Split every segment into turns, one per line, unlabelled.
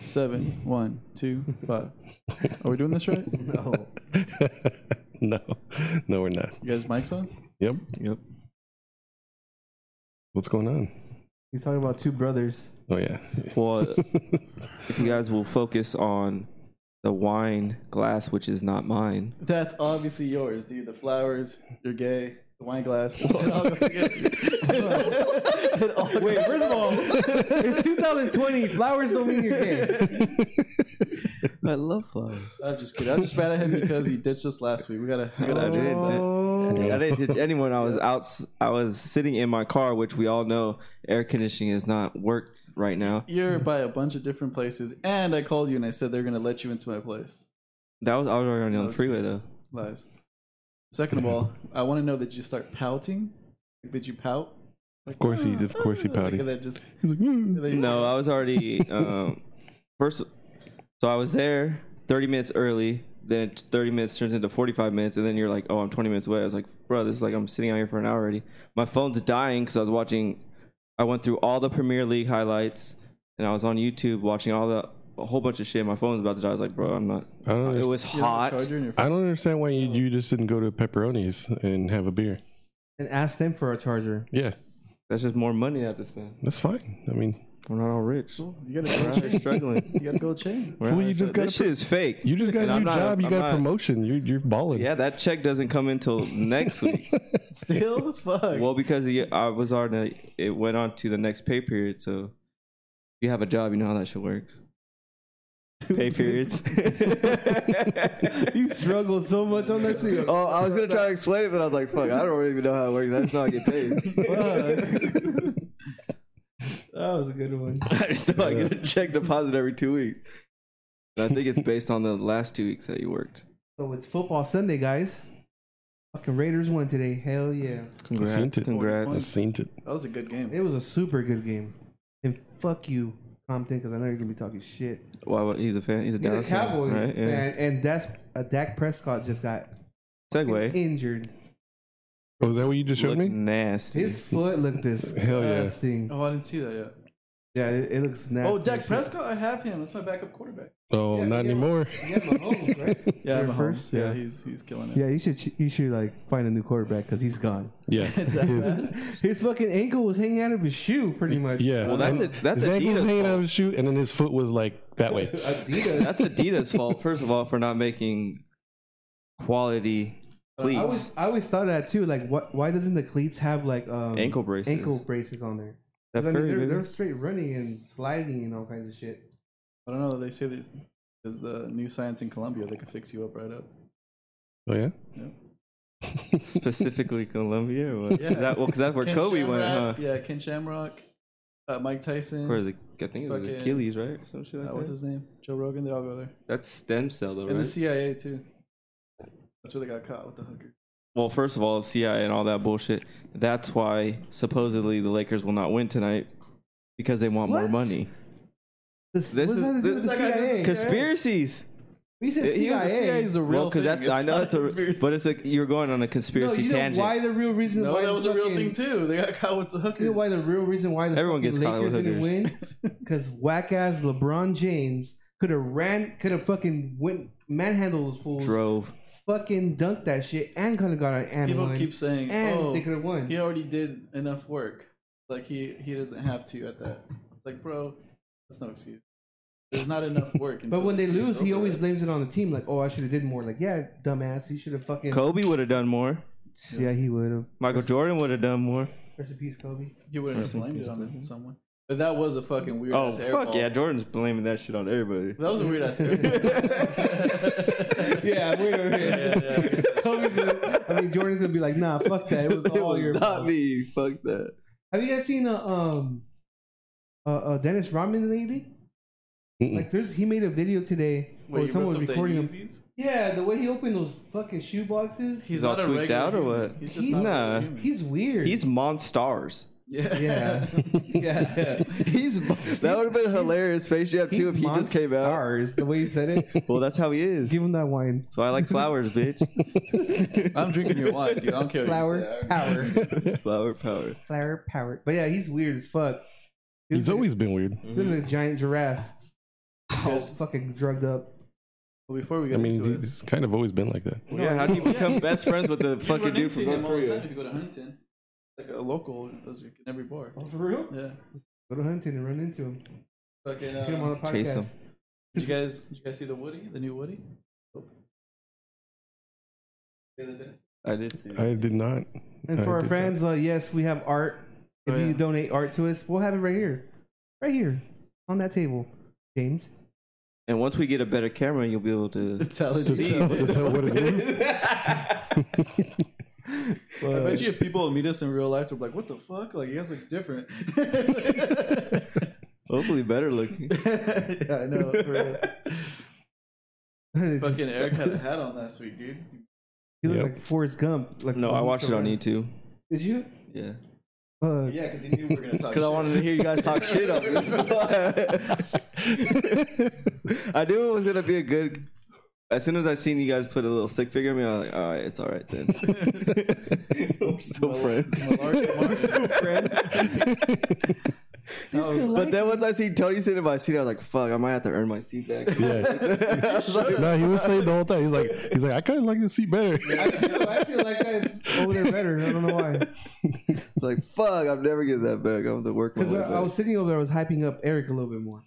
seven, one, two, five. Are we doing this right?
No.
no, no, we're not.
You guys, mics on?
Yep.
Yep.
What's going on?
He's talking about two brothers.
Oh yeah.
Well, if you guys will focus on the wine glass, which is not mine.
That's obviously yours, dude. The flowers, you're gay, the wine glass. It all
Wait, first of all, it's 2020. Flowers don't mean you're gay.
I love flowers.
I'm just kidding. I'm just mad at him because he ditched us last week. We gotta, we gotta
Oh.
address that.
Yeah.
I didn't ditch anyone. I was out. I was sitting in my car, which we all know air conditioning is not work right now.
You're by a bunch of different places, and I called you and I said they're gonna let you into my place.
That was I was already on
No,
the
it's-
freeway though.
Lies. Second of all, I want to know did you start pouting? Like, did you pout?
Of course he. Of course he
Like,
pouted.
and then just
He's like, "Mm."
and then you-
No, I was already um, first. So I was there 30 minutes early. Then 30 minutes turns into 45 minutes, and then you're like, "Oh, I'm 20 minutes away." I was like, "Bro, this is like I'm sitting out here for an hour already." My phone's dying because I was watching. I went through all the Premier League highlights, and I was on YouTube watching all the a whole bunch of shit. My phone's about to die. I was like, "Bro, I'm not."
I don't.
It
Understand.
was
you have a
hot.
charger in your
I don't understand why you, you just didn't go to Pepperoni's and have a beer.
And ask them for a charger.
Yeah,
That's just more money I have to spend.
that's fine. I mean,
We're not all rich.
phone? You gotta
We're
go
out here
change.
struggling.
You gotta go change.
We're
Fool,
out
you
here
just
struggling.
gotta
this shit is fake.
you just got
And
a
I'm
new
not-
job. You
I'm
got
not-
promotion. You, you're balling.
Yeah, that check doesn't come until next week.
Still, fuck.
well, because the- I was already, it went on to the next pay period. So if you have a job, you know how that shit works. Pay periods.
You struggled so much on that shit.
Oh, I was gonna try to explain it, but I was like, "Fuck, I don't really even know how it works. I just know I get paid."
That was a good one.
I just know I get a check.
Check deposit every two weeks.
And I think it's based on the last two weeks that you worked.
So it's football Sunday, guys. Fucking Raiders won today. Hell yeah.
Congrats.
Congrats. I
Congrats.
seen it.
That was a good game.
It was a super good game. And fuck you, Compton, because I know you're going to be talking shit.
Why? what- he's a fan. He's a
He's a
Dallas fan,
Cowboy.
right? Yeah.
And, and that's, uh, Dak Prescott just got
Segway.
injured.
Oh, is that what you just showed me?
Look nasty.
His foot looked
Hell yeah.
disgusting.
Oh, I didn't see that yet.
Yeah, it, it looks nasty.
Oh, Dak
as shit.
Prescott, I have him. That's my backup quarterback.
Oh,
Yeah,
not
yeah.
anymore.
Yeah, Mahomes, right?
Yeah,
Your
Mahomes.
first?
Yeah,
Yeah.
he's he's killing it.
Yeah, you should you should like find a new quarterback because he's gone.
Yeah.
Exactly.
His fucking ankle was hanging out of his shoe, pretty much.
Yeah.
Well, that's
And
a- that's
his ankle was
Adidas'
hanging out
fault.
of his shoe, and then his foot was like that way.
Adidas.
That's Adidas' fault, first of all, for not making quality
Uh, I always,
cleats,
I always thought of that too. Like, what? Why doesn't the cleats have like um,
ankle braces.
ankle braces on there? 'Cause, I
Steph
mean,
Curry,
they're,
baby.
they're straight running and sliding and all kinds of shit.
I don't know. They say this is the new science in Colombia. They can fix you up right up.
Oh yeah.
specifically Colombia. Or what?
Yeah.
That, well, because that's where
Ken
Kobe went, huh?
Shamrock, Yeah, Ken Shamrock, uh, Mike Tyson.
Or is it, I think it was
Fucking-
Achilles, right? Some shit
uh,
like
what's
that.
his name? Joe Rogan. They all go there.
That's stem cell, though,
And
right?
the CIA too. That's where they got caught with the hooker.
well, first of all, CIA and all that bullshit. That's why supposedly the Lakers will not win tonight because they want more
What?
money.
This,
This
what does
is-
that have to do with the
this-
CIA?
Conspiracies.
We said
He was
CIA.
a
CIA is a real
Well,
thing.
because that's I
It's
know
not
that's a,
conspiracy.
but it's like you're going on a
No,
conspiracy
you know
tangent.
why the real reason?
No,
why
that
the
was a real thing
fucking-
too. They got caught with the hooker.
You know why the real reason why the
Everyone
fucking
gets caught
Lakers
with
didn't
hookers.
win? Because whack ass LeBron James could have ran, could have fucking went manhandled those fools,
Drove.
fucking dunked that shit, and could have got an and
People
one,
keep saying,
and
"Oh,
they could have won.
he already did enough work. Like he he doesn't have to at that." It's like, bro, that's no excuse. There's not enough work.
But
until
when
the
they
game's
lose, he
over.
always blames it on the team. Like, oh, I should have did more. Like, yeah, dumbass, he should have fucking.
Kobe would have done more.
Yeah, he would have.
Michael Jordan would have done more.
Rest in peace, Kobe.
he wouldn't have blamed it on someone. But that was a fucking weird.
Oh
ass air
fuck
ball.
yeah, Jordan's blaming that shit on everybody.
That was a weird ass. air ball.
Yeah, wait over
yeah,
here.
yeah.
Kobe's gonna, I mean, Jordan's gonna be like, nah, fuck that. It was all your fault.
me. Fuck that.
Have you guys seen uh, um uh, uh Dennis Rodman lately?
Mm-mm.
Like there's he made a video today
Wait,
where
you
someone
ripped
was
up the
recording him.
Yeezys?
Yeah, the way he opened those fucking shoe boxes,
He's
all
not a
tweaked
regular
out or
human.
what?
He's just not
He's-
a
Nah.
regular human.
he's weird.
He's monstars.
yeah.
yeah. yeah.
He's that would have been a hilarious face you have too if he just came out.
Stars, the way he said it.
Well, that's how he is.
Give him that wine.
So I like flowers, bitch.
I'm drinking your wine, dude. I don't care. What you say. I-
Flower power.
Flower power.
Flower power. But yeah, he's weird as fuck. He
He's
looks like-
always been weird.
he looks like a giant giraffe. all
Because-
fucking drugged up.
But before we
I
get
mean,
into it,
it's kind of always been like that.
yeah, how do you become best friends with the
you
fucking
run
dude from
into
North
him all the time
Korea?
if you go to Huntington. Like a local, those you in every bar.
for real?
Yeah.
Go to hunting and run into him.
Fucking.
Get him on
Uh,
a podcast.
Chase him.
did you guys, did you guys see the Woody, the new Woody? The other day?
I did see.
I did not.
And
I
for our
did
friends, uh, yes, we have art. If
Oh,
you
yeah.
donate art to us, we'll have it right here, right here on that table, James.
And once we get a better camera, you'll be able to.
Tell it
To
to
tell- to tell what it is?
I bet you if people would meet us in real life, they're like, "What the fuck? Like you guys look different."
Hopefully, better looking.
yeah, I know. For real.
It's just-
Fucking Eric had a hat on last week, dude.
You look
Yep.
like Forrest Gump. Like
No,
the
I watched it on
Mr.
YouTube.
Did you?
Yeah.
Uh,
Yeah, because he knew we were gonna talk.
Because I wanted to hear you guys talk shit on me.
I knew it was gonna be a good. As soon as I seen you guys put a little stick figure in me, I was like, all right, it's all right then. We're still friends.
still friends.
you still
But
like
then once I seen Tony sitting in my seat, I was like, fuck, I might have to earn my seat back.
Yeah.
I was like,
No, he was saying the whole time. He's like, he's like, I kind of like this seat better.
it. I feel like that's over there better. I don't know why.
It's like, fuck, I'm never getting that back. I'm the work. my
Because
way
I
back.
was sitting over there, I was hyping up Eric a little bit more.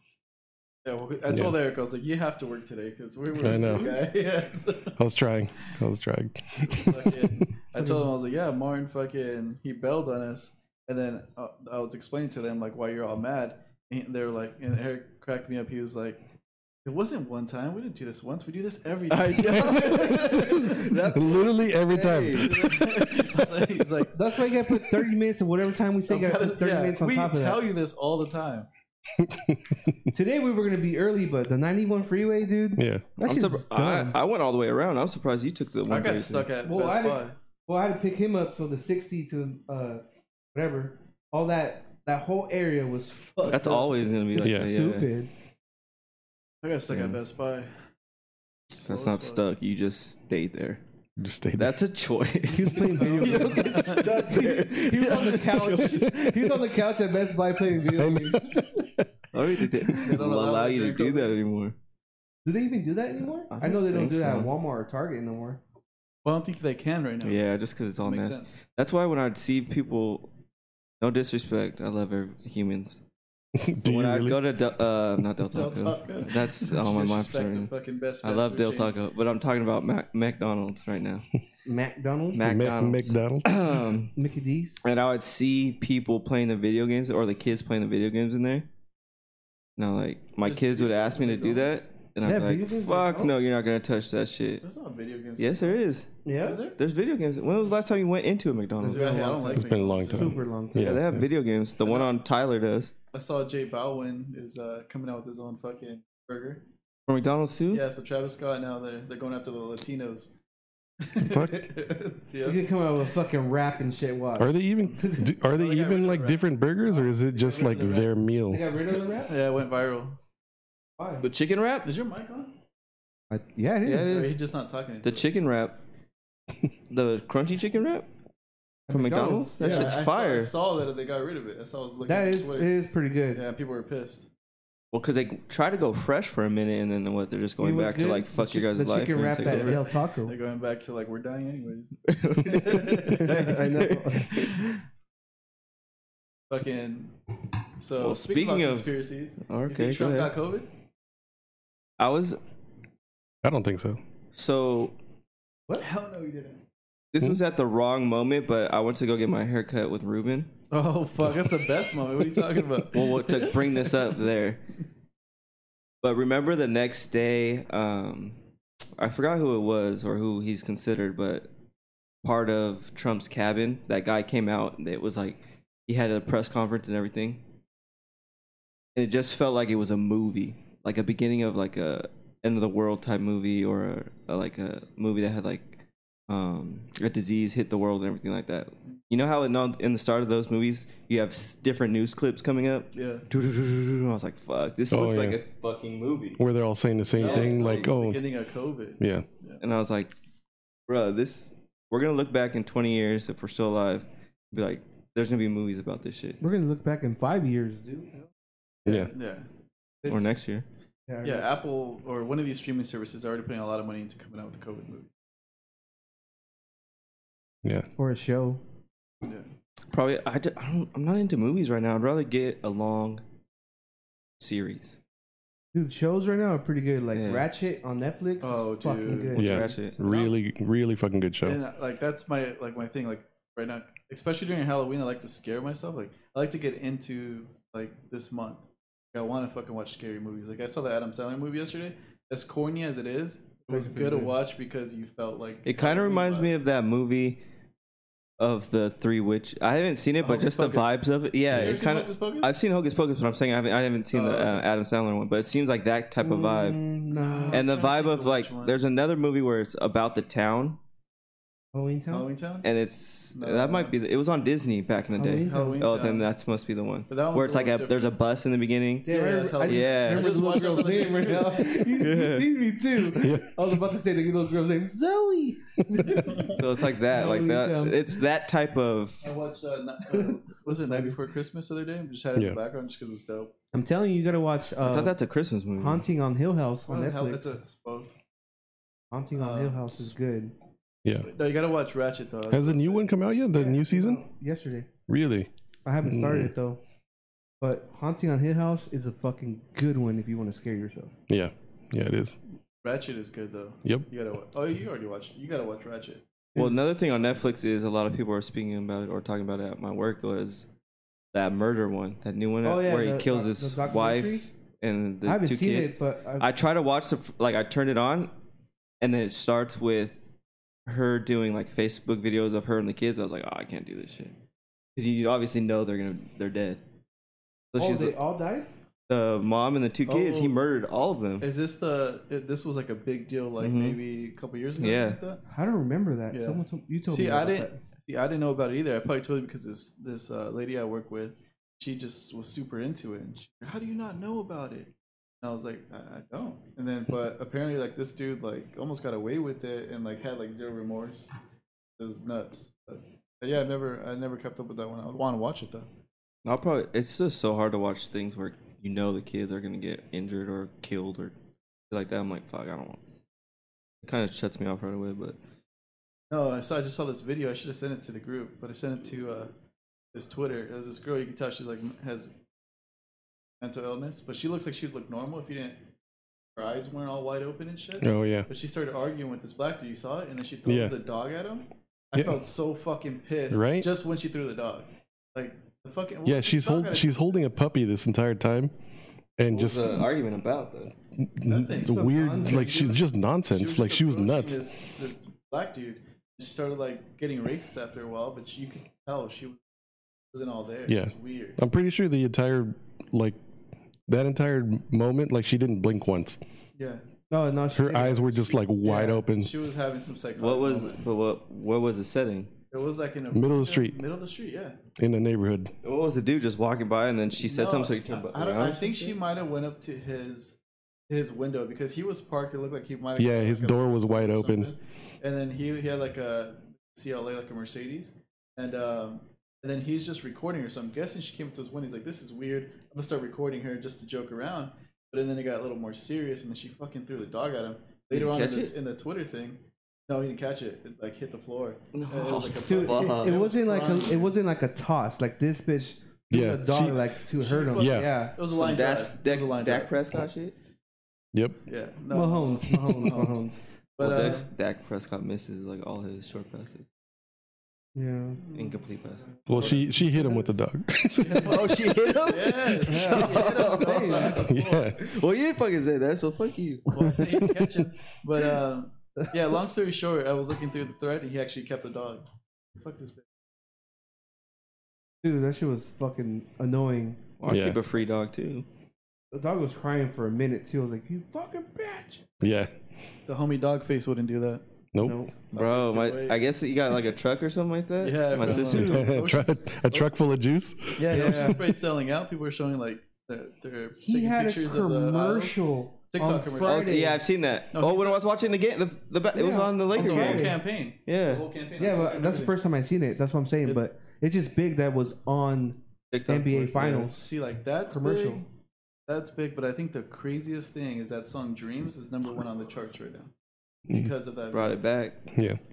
Yeah, well, I told Eric, I was like, "You have to work today because we were
I
the same
know.
guy." Yeah. so
I was trying. I was trying.
fucking- I told him I was like, "Yeah, Martin, fucking, he bailed on us." And then uh, I was explaining to them like why you're all mad, and they were like, and Eric cracked me up. He was like, "It wasn't one time. We didn't do this once. We do this every
I
time."
know. That's
Literally every
Hey.
time.
I was like- he's like,
That's why you gotta put 30 minutes of whatever time we say, you gotta
"Gotta-
put 30
yeah,
minutes on
we
top of
tell
that.
you this all the time.
Today we were gonna be early, but the 91 freeway, dude.
Yeah.
That
I'm
shit's
surpri-
dumb.
I, I went all the way around. I'm surprised you took the one.
I got
thirty-two.
stuck at
Well,
Best
I
Buy.
didn't- Well, I had to pick him up, so the 60 to uh, whatever, all that, that whole area was fucked.
That's
up.
always gonna be like
Yeah.
that, yeah. yeah.
Stupid.
I got stuck
Yeah.
at Best Buy.
That's not
Slow
stuck. You just stayed there.
Just stay there.
That's a choice.
He's playing video
you don't
games.
get stuck there.
He was on the
That's a choice.
couch. he was on the couch at Best Buy playing video games.
I don't think Oh, they,
don't
will
allow
allow
you
you to
drink
do
over
that anymore.
Do they even do that anymore?
I
I, know they don't
think
do that at
so.
Walmart or Target no more.
Well, I don't think they can right now.
Yeah, just because it's all
Doesn't make
nasty.
sense.
That's why when I'd see people, no disrespect, I love every, humans.
Do
But when
you
I
really?
go to Del, uh, not Del
Del
Taco,
Taco.
that's on my mind for
Disrespect
some
the
reason.
fucking Best
I
fast
love
food
Del
chain.
Taco, but I'm talking about Mac- McDonald's right now.
McDonald's,
Mac-
Mac-
McDonald's.
McDonald's.
and
Mickey D's.
I would see people playing the video games or the kids playing the video games in there. Now, like my
There's
kids would
video
ask me to
games
do
with
that,
McDonald's?
and
Yeah,
I'm
video
like,
games with
"Fuck no,
McDonald's.
you're not gonna touch that shit."
That's not video games.
Yes, there is.
Yeah,
Is there?
There's video games. When was the last time you went into a
Is
McDonald's?
there- I don't like
It's been a long
McDonald's.
time.
super long time.
Yeah, they have video games. The
I
one
know.
on Tyler does
I saw Jay Balwin is uh, coming out with his own fucking burger.
for McDonald's too.
Yeah, so Travis Scott now they're they're going after the Latinos.
Fuck.
You
yeah.
can come out with a fucking rap and shit. Watch.
Are they even? Do,
They got
are they
rid of
even
the
like
wrap.
different burgers, or is it just
rid
like
of the wrap.
their
They
meal?
got rid of the rap.
Yeah, it went viral.
Why?
The chicken wrap.
Is your mic on?
I- yeah, it is.
Yeah, it
Or
is.
he's just not talking. into
The
it?
chicken wrap. the crunchy chicken wrap from
McDonald's.
McDonald's. That
Yeah,
shit's
I saw-
fire.
I saw that they got rid of it. That's how I was looking.
That
at
is it
Twitter.
is pretty good.
Yeah, people were pissed.
Well, because they try to go fresh for a minute, and then what? They're just going
It was
back to
good.
like fuck
the
your guys'
The
life.
chicken
and
wrap
take
at
over.
Del Taco.
They're going back to like we're dying anyways.
I know.
Fucking. So
Well,
speaking,
speaking
of
of-
conspiracies, you think
Okay, go
Trump
ahead.
got COVID.
I was
I don't think so.
so.
What? Hell no, you didn't.
This
Hmm?
was at the wrong moment, but I went to go get my hair cut with Ruben.
Oh fuck, that's the best moment. What are you talking about?
Well, what to bring this up there. But remember the next day, um, I forgot who it was or who he's considered, but part of Trump's cabin, that guy came out and it was like he had a press conference and everything. And it just felt like it was a movie, like a beginning of like a end of the world type movie or a, like a movie that had like um, a disease hit the world and everything like that. You know how in, in the start of those movies you have s- different news clips coming up?
yeah.
I was like, fuck, this
Oh,
looks like
yeah.
a fucking movie.
Where they're all saying the same
That was-
thing,
that was
like,
the
oh,
beginning of COVID.
yeah,
And I was like, bro, this, we're going to look back in 20 years if we're still alive, and be like, there's going to be movies about this shit.
We're gonna look back in five years, dude.
yeah.
Yeah.
Or next year.
I
Yeah,
read-
Apple or one of these streaming services are already putting a lot of money into coming out with a COVID movie.
Or a show.
Yeah.
Probably I, d- I don't I'm not into movies right now. I'd rather get a long series.
Dude, shows right now are pretty good. Like
Yeah.
Ratchet on Netflix is
Oh,
fucking
dude.
good.
Yeah.
Trash it.
Really, really fucking good show.
And uh, like that's my like my thing. Like right now, especially during Halloween, I like to scare myself. Like I like to get into like this month. Like, I want to fucking watch scary movies. Like I saw the Adam Sandler movie yesterday. As corny as it is, it was
Fucking
good to
good.
watch because you felt like
It kind of reminds me of that movie of the three witch. I haven't seen it, but
Hocus
just the
Pocus.
vibes of it. Yeah,
You ever
it
seen
kind
Hocus
of.
Pocus?
I've seen Hocus Pocus, but I'm saying I haven't, I haven't seen the
Oh.
uh, Adam Sandler one. But it seems like that type of vibe.
Mm, no.
I'm
And the
trying to think
vibe
of
of like,
which one.
there's another movie where it's about the town,
Halloween Town?
Halloween Town.
and it's
No.
that might be. The, it was on Disney back in the
Halloween
day.
Town.
Halloween
Oh,
Town.
then that must be the one
But that one's
where it's
a
like a
little
there's a bus in the beginning.
Yeah, that's
I just,
Halloween.
remember
I just
the
watched
little
that
girl's name right now.
on
You, you
Yeah.
see me too.
Yeah.
I was about to say the little girl's name, Zoe.
So it's like that, like
Halloween Town.
that. It's that type of.
I watched uh, Ni- uh, was it Night Before Christmas the other day? Just had it in
Yeah.
the background just because it's dope.
I'm telling you, you gotta watch
I
uh,
thought that's a Christmas movie.
Haunting on Hill House on
Oh,
Netflix.
hell, it's, a, it's both.
Haunting on
uh,
Hill House is good.
Yeah.
No, you gotta watch Ratchet though.
Has the new one come out yet? The new season?
Yesterday.
Really?
I haven't
Mm.
started it though. But Haunting on Hill House is a fucking good one if you want to scare yourself.
Yeah. Yeah, it is.
Ratchet is good though.
Yep.
You gotta. wa- Oh, you already watched. You gotta watch Ratchet.
Well, another thing on Netflix is a lot of people are speaking about it or talking about it at my work was that murder one, that new one
Oh, yeah,
where
the
he kills
doc-
his
the documentary?
wife and the
I haven't
two
seen
kids.
it, but I,
I try to watch the f- like I turned it on, and then it starts with her doing like Facebook videos of her and the kids. I was like, oh, I can't do this shit because you obviously know they're gonna they're dead. So
oh,
she's
they
the,
all died.
mom and the two kids.
Oh.
He murdered all of them.
Is this the? it- This was like a big deal, like
Mhm.
maybe a couple years ago.
Yeah.
something like
I don't remember that.
Yeah.
Someone told, you
that?
told me.
See, I
about
didn't. See, I didn't know about it either. I probably told you because this this uh, lady I work with, she just was super into it. And she, How do you not know about it? And I was like, I, I don't. And then, but apparently, like this dude, like almost got away with it and like had like zero remorse. It was nuts. But, but yeah, I never, I never kept up with that one. I would want to watch it though.
I'll probably. It's just so hard to watch things where you know the kids are gonna get injured or killed or shit like that. I'm like, fuck, I don't want. It kind of shuts me off right away. But
No, I saw. I just saw this video. I should have sent it to the group, but I sent it to uh, this Twitter. It was this girl. You can tell she's like has mental illness, but she looks like she'd look normal if you didn't. Her eyes weren't all wide open and shit.
Oh, yeah.
But she started arguing with this black dude. You saw it, and then she throws
Yeah.
the dog at him. I
Yeah.
felt so fucking pissed.
Right?
Just when she threw the dog, like the fucking
Yeah, she's hold, she's holding a puppy this entire time, and just
the argument about though?
That thing's
the
so
weird
nonsense.
like she's just
She
nonsense.
was
like
just
she was
approaching
nuts.
This, this black dude. She started like getting racist after a while, but you could tell she wasn't all there.
Yeah.
it's weird.
I'm pretty sure the entire like that entire moment, like she didn't blink once.
Yeah.
that. Oh no, she
Her
didn't.
eyes were just like wide
Yeah,
open.
She was having some psychotic.
What was
moment.
but what what was the setting?
it? Was like in a
Middle of the street.
Middle of the street, yeah.
in the neighborhood.
What was the dude just walking by and then she said
No,
something so he turned
I, I, don't,
around?
I think she might have went up to his his window because he was parked. It looked like he might. have
Yeah,
got,
his
like, a
door was wide
or
open.
something. And then he he had like a CLA, like a Mercedes, and um and then he's just recording her. So I'm guessing she came up to his window. He's like, "This is weird. I'm gonna start recording her just to joke around." But then it got a little more serious, and then she fucking threw the dog at him.
Did he
Later on in
catch
the,
it?
in the Twitter thing, no, he didn't catch it. It like hit the floor.
No.
And it was like a
Dude,
fucking-
Fuck.
it, it
It was
wasn't like a,
crying.
it wasn't like a toss. Like this bitch, threw
Yeah,
a dog
she-
like to hurt him.
fucking-
Yeah.
yeah.
It was a
Some
line
Dak,
drive. It
Dak,
was a line
Dak
drive.
Prescott shit.
Yep.
Yeah. No.
Mahomes, Mahomes, Mahomes.
But
well,
uh,
Dak, Dak Prescott misses like all his short passes,
Yeah.
incomplete passes.
Well, she she hit him with the dog.
oh, she hit him.
yes.
Yeah.
he hit him,
Damn.
also hit the floor.
yeah.
Well, you didn't fucking say that, so fuck you.
Well, I say he didn't catch him. But um, yeah, long story short, I was looking through the thread and he actually kept the dog. Fuck this bitch.
Dude, that shit was fucking annoying.
Well, I
Yeah.
keep a free dog too.
The dog was crying for a minute too. I was like, "You fucking bitch!"
Yeah.
The homie dog face wouldn't do that.
Nope.
No,
Bro,
Wasted
my,
weight.
I guess you got like a truck or something like that.
Yeah,
my
from, uh,
sister.
Dude,
Tru-
oceans-
a truck full of juice.
Yeah,
Yeah.
yeah. Ocean Spray's selling out. People are showing like they're, they're
he
taking
had a
pictures of the aisles.
commercial.
TikTok
on
commercial.
Oh,
Friday.
yeah, I've seen that.
No,
oh,
he's
when I was watching the game, the, the ba- it was
Yeah.
on the
It's
Lakers
a whole
game.
Friday.
campaign.
Yeah.
The whole campaign.
yeah, but that's the first time I seen it. That's what I'm saying.
It-
but it's just big that was on
TikTok
NBA
commercial.
Finals.
See, like that's
Commercial.
commercial. that's big. But I think the craziest thing is that song "Dreams" is number one on the charts right now
Hmm.
Mhm.
because of that.
Brought it back.
Yeah.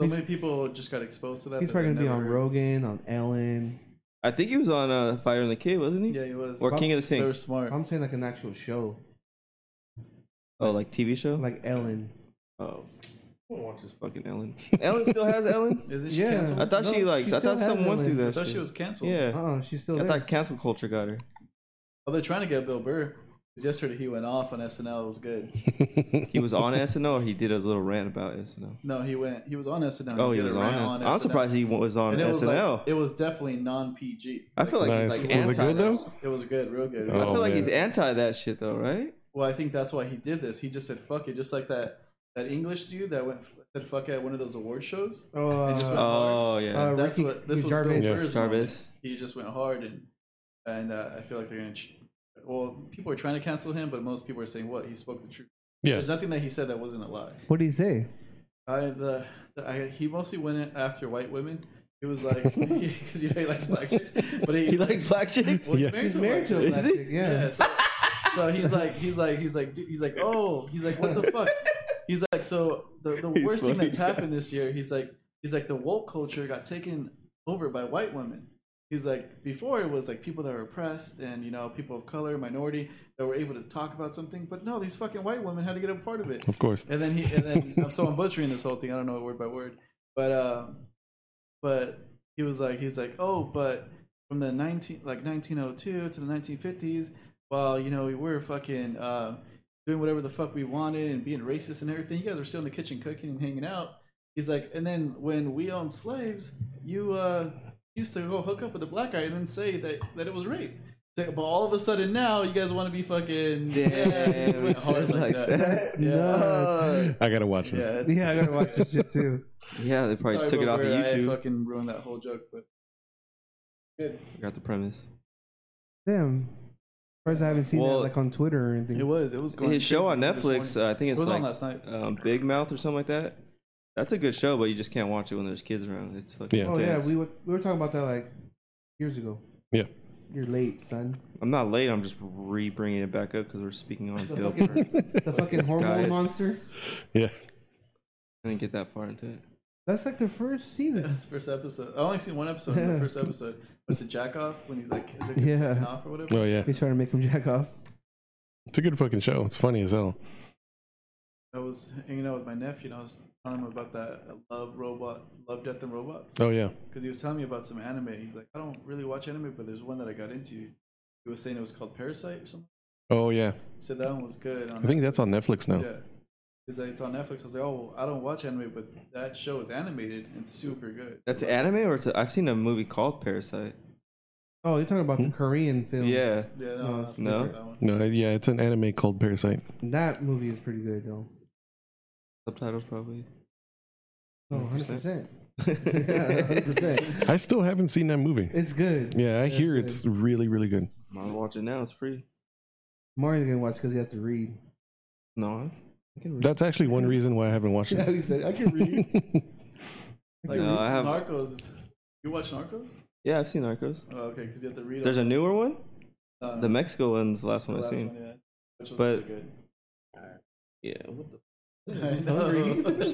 So many people just got exposed to that.
He's
that they
probably gonna be on
never-
Rogan, on Ellen.
I think he was on uh, Fire and the Kid, wasn't he?
Yeah, he was.
Or King of the
they were
Sink.
smart.
I'm saying like an actual show,
Oh, like TV show?
like Ellen.
oh. I want to watch this fucking Ellen. Ellen still has Ellen?
Isn't she
Yeah.
canceled?
I thought she
No,
like
she
I
still
thought
has
someone
Ellen.
through
I
that.
thought
shit.
she was canceled.
Yeah.
Oh, she's still
I
there.
thought cancel culture got her.
Oh, they're trying to get Bill Burr. 'Cause yesterday he went off on SNL. It was good.
He was on SNL or he did a little rant about SNL.
No, he went. He was on SNL.
Oh, he
did
was
a
on,
rant
SNL. I'm surprised he was on
And it was like-
SNL.
it was definitely non PG.
I feel like
Nice.
he's like
Was it
anti
good
that.
though?
It was good, real good.
I
Oh,
feel like
man.
he's anti that shit though, right?
Well, I think that's why he did this. He just said "fuck it," just like that that English dude that went said "fuck it" at one of those award shows.
Oh,
They just
uh,
went hard.
Oh yeah,
uh,
that's
Ricky-
what this was.
Jarvis.
Bill
Yeah.
Burr's moment.
Jarvis.
He just went hard, and and uh, I feel like they're gonna. Ch- well, people are trying to cancel him, but most people are saying what he spoke the truth.
Yeah.
There's nothing that he said that wasn't a lie.
what do you say?
I the, the I, he mostly went in after white women. He was like, because you know he likes black chicks, but he,
He likes black chicks.
well, he's
Yeah.
married
He's
to a
married
black
to
chick.
a
Is
black
he?
chick, yeah.
Yeah. So, so he's like, he's like, he's like, dude, he's like, oh, he's like, what the fuck? He's like, so the, the
He's
worst thing
funny,
that's
yeah.
happened this year, he's like, he's like, the woke culture got taken over by white women. He's like, before it was like people that were oppressed and you know people of color, minority that were able to talk about something, but no, these fucking white women had to get a part of it.
Of course.
And then he, and then so I'm butchering this whole thing. I don't know it word by word, but um, but he was like, he's like, oh, but from the 19 like 1902 to the 1950s, while you know we were fucking uh, doing whatever the fuck we wanted and being racist and everything, you guys were still in the kitchen cooking and hanging out. He's like, and then when we owned slaves, you uh used to go hook up with a black guy and then say that that it was rape. So- But all of a sudden now you guys want to be fucking
Damn,
It went
he said like that.
Yeah.
Nuts.
I gotta watch this.
Yeah, it's-
yeah, I gotta watch this shit too.
Yeah, they probably
Sorry,
took it
Bill
off of
Burr,
YouTube.
I fucking ruined that whole joke, but good.
Got the premise.
Damn. First, I haven't seen
Well,
that like on Twitter or anything.
It was. It was going.
His show on
crazy this
Netflix,
morning.
uh, I think
it
it's
was on
like
last night.
um, Big Mouth or something like that. That's a good show, but you just can't watch it when there's kids around. It's fucking.
Yeah.
oh yeah,
intense.
we were, we were talking about that like years ago.
Yeah.
You're late, son.
I'm not late. I'm just re bringing it back up because we're speaking on
The
Bill
fucking-
Burr.
The fucking hormone
Guys.
monster.
Yeah.
I didn't get that far into it.
That's like the first
uh,
season.
His first episode. I only seen one episode. in The first episode was the jack off when he's like, is it
Yeah.
jacking off or whatever.
Oh yeah.
He's trying to make him jack off.
It's a good fucking show. It's funny as hell.
I was hanging out with my nephew and I was telling him about that I love robot, love death and robots.
Oh yeah.
because he was telling me about some anime. He's like, I don't really watch anime, but there's one that I got into. He was saying it was called Parasite or something.
Oh yeah.
He said that one was good. On
I think that's on Netflix now.
Yeah. Because it's on Netflix. I was like, oh, I don't watch anime, but that show is animated and super good.
That's anime, or it's a, I've seen a movie called Parasite.
Oh, you're talking about the Korean film.
Hmm? Yeah,
Yeah,
No,
no, that's
no.
not that one.
No, yeah, it's an anime called Parasite.
That movie is pretty good though.
subtitles probably.
Oh, 100%.
percent.
Yeah, 100%.
I still haven't seen that movie.
It's good.
Yeah, I
That's
hear
good.
it's really, really good.
I'll watch it now. It's free.
Mario's gonna watch because he has to read.
No, I can read.
That's actually one reason why I haven't watched
Yeah,
it.
he said, I can read.
Like,
No, I have-
Narcos. is- You watch Narcos?
Yeah, I've seen Narcos.
Oh, okay, because you have to read.
There's a newer one.
no, no,
The Mexico one's the last
the
one I've
last
seen.
one, yeah. Which was
But-
pretty
Yeah, what the?
good.
I
I
was
know.
hungry.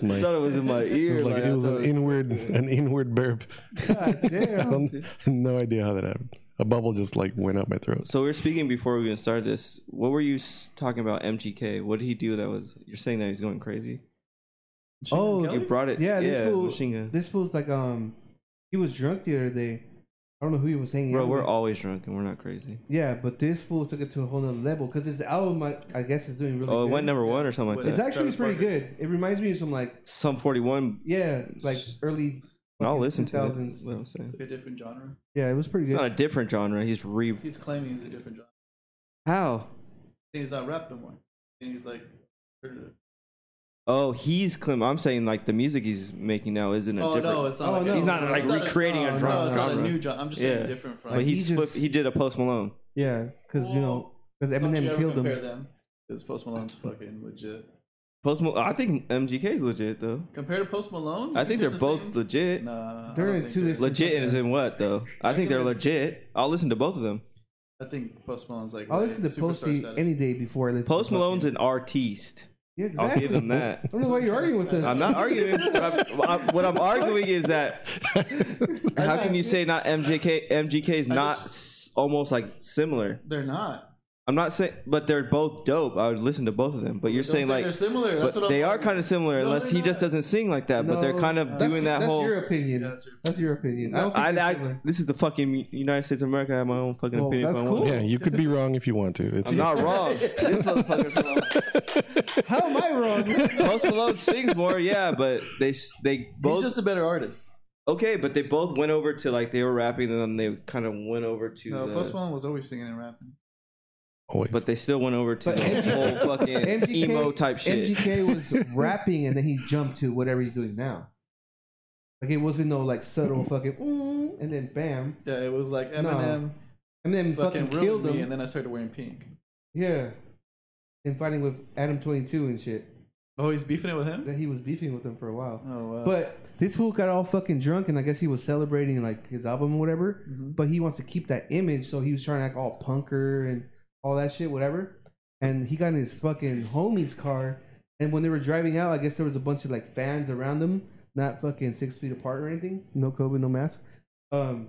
My-
I thought it was in my
it
ear.
was like, it was
I thought
an inward, an inward burp.
God
I
damn.
don't, no idea how that happened. A bubble just like went up my throat.
So we were speaking before we even started this. What were you s- talking about? MGK. What did he do? That was you're saying that he's going crazy.
Oh,
You brought it.
Yeah, this
yeah.
fool-
machine gun.
This fool's like, um, he was drunk the other day. I don't know who he was hanging
Bro,
out
we're
with.
always drunk and we're not crazy.
Yeah, but this fool took it to a whole nother level because his album, I, I guess, is doing really
Oh, it
good.
went number one or something like
Is
it's
that.
actually
Travis
pretty
Barker.
good. It reminds me of some, like,
Some 41.
yeah, like early.
I'll
fucking
listen to it.
2000s.
What I'm saying.
It's a different genre.
Yeah, it was pretty
It's
good.
not a different genre. He's re.
He's claiming he's a different genre.
How?
He's not rap no more. And he's like, oh
Oh, he's claim. I'm saying like the music he's making now isn't a different.
no, it's not.
Oh,
like
no.
a-
He's not, like,
it's a-
recreating
a
no,
genre.
No, it's not a
genre.
new genre. I'm just
Yeah.
saying different from.
but he,
he
flipped.
just-
He did a Post Malone.
yeah, because, you know, because
Don't you
Eminem
ever
killed him.
compare them. 'Cause Post Malone's fucking legit.
Post Malone. I think MGK's legit though.
Compared to Post Malone,
I
you
think
did
they're
the
both
same?
legit.
Nah, I
They're
don't
in
think
two
they're-
different-
Legit is in what though? I think they're legit. I'll listen to both of them.
I think Post Malone's like.
I'll
way
listen to
superstar
Posty
status.
any day before I listen.
Post
to
Malone's
fucking-
an artiste.
Yeah, exactly.
I'll give him that.
I don't know why you're arguing with us.
I'm not arguing. but I'm- what I'm- what I'm arguing is that how can you say not MJK? MGK is
I
not
just-
s almost like similar.
They're not.
I'm not saying, but they're both dope. I would listen to both of them. But you're
Don't
saying
say
like,
they're similar. That's
but
what
they
I'm
are kind of similar,
No,
unless
they're
he just
not.
doesn't sing like that. but
No,
they're kind of
that's-
doing that
that's
whole.
your opinion.
Yeah, that's your-
that's your opinion. I don't
I,
think they're
I,
similar.
this is the fucking United States of America. I have my own fucking
Well,
opinion. if
that's
I want.
cool.
Yeah, you could be wrong if you want to. It's
I'm not wrong. this motherfucker.
How am I wrong?
Post Malone sings more, yeah, but they s- they
He's
both
just a better artist.
okay, but they both went over to like they were rapping, and then they kind of went over to
No,
the.
Post Malone was always singing and rapping.
Always.
But they still went over to
But
the
MGK
whole fucking
MGK
emo type shit.
MGK was rapping and then he jumped to whatever he's doing now. Like it wasn't no like subtle fucking mm, and then bam
Yeah, it was like Eminem
and then fucking,
fucking,
killed
ruined me,
him.
and then I started wearing pink.
yeah, and fighting with Adam Twenty Two and shit.
Oh, he's beefing it with him.
That he was beefing with him for a while.
Oh wow.
But this fool got all fucking drunk and I guess he was celebrating like his album or whatever.
Mhm.
But he wants to keep that image, so he was trying to act all punker and all that shit, whatever. And he got in his fucking homie's car, and when they were driving out, I guess there was a bunch of like fans around them, not fucking six feet apart or anything, no COVID, no mask. Um,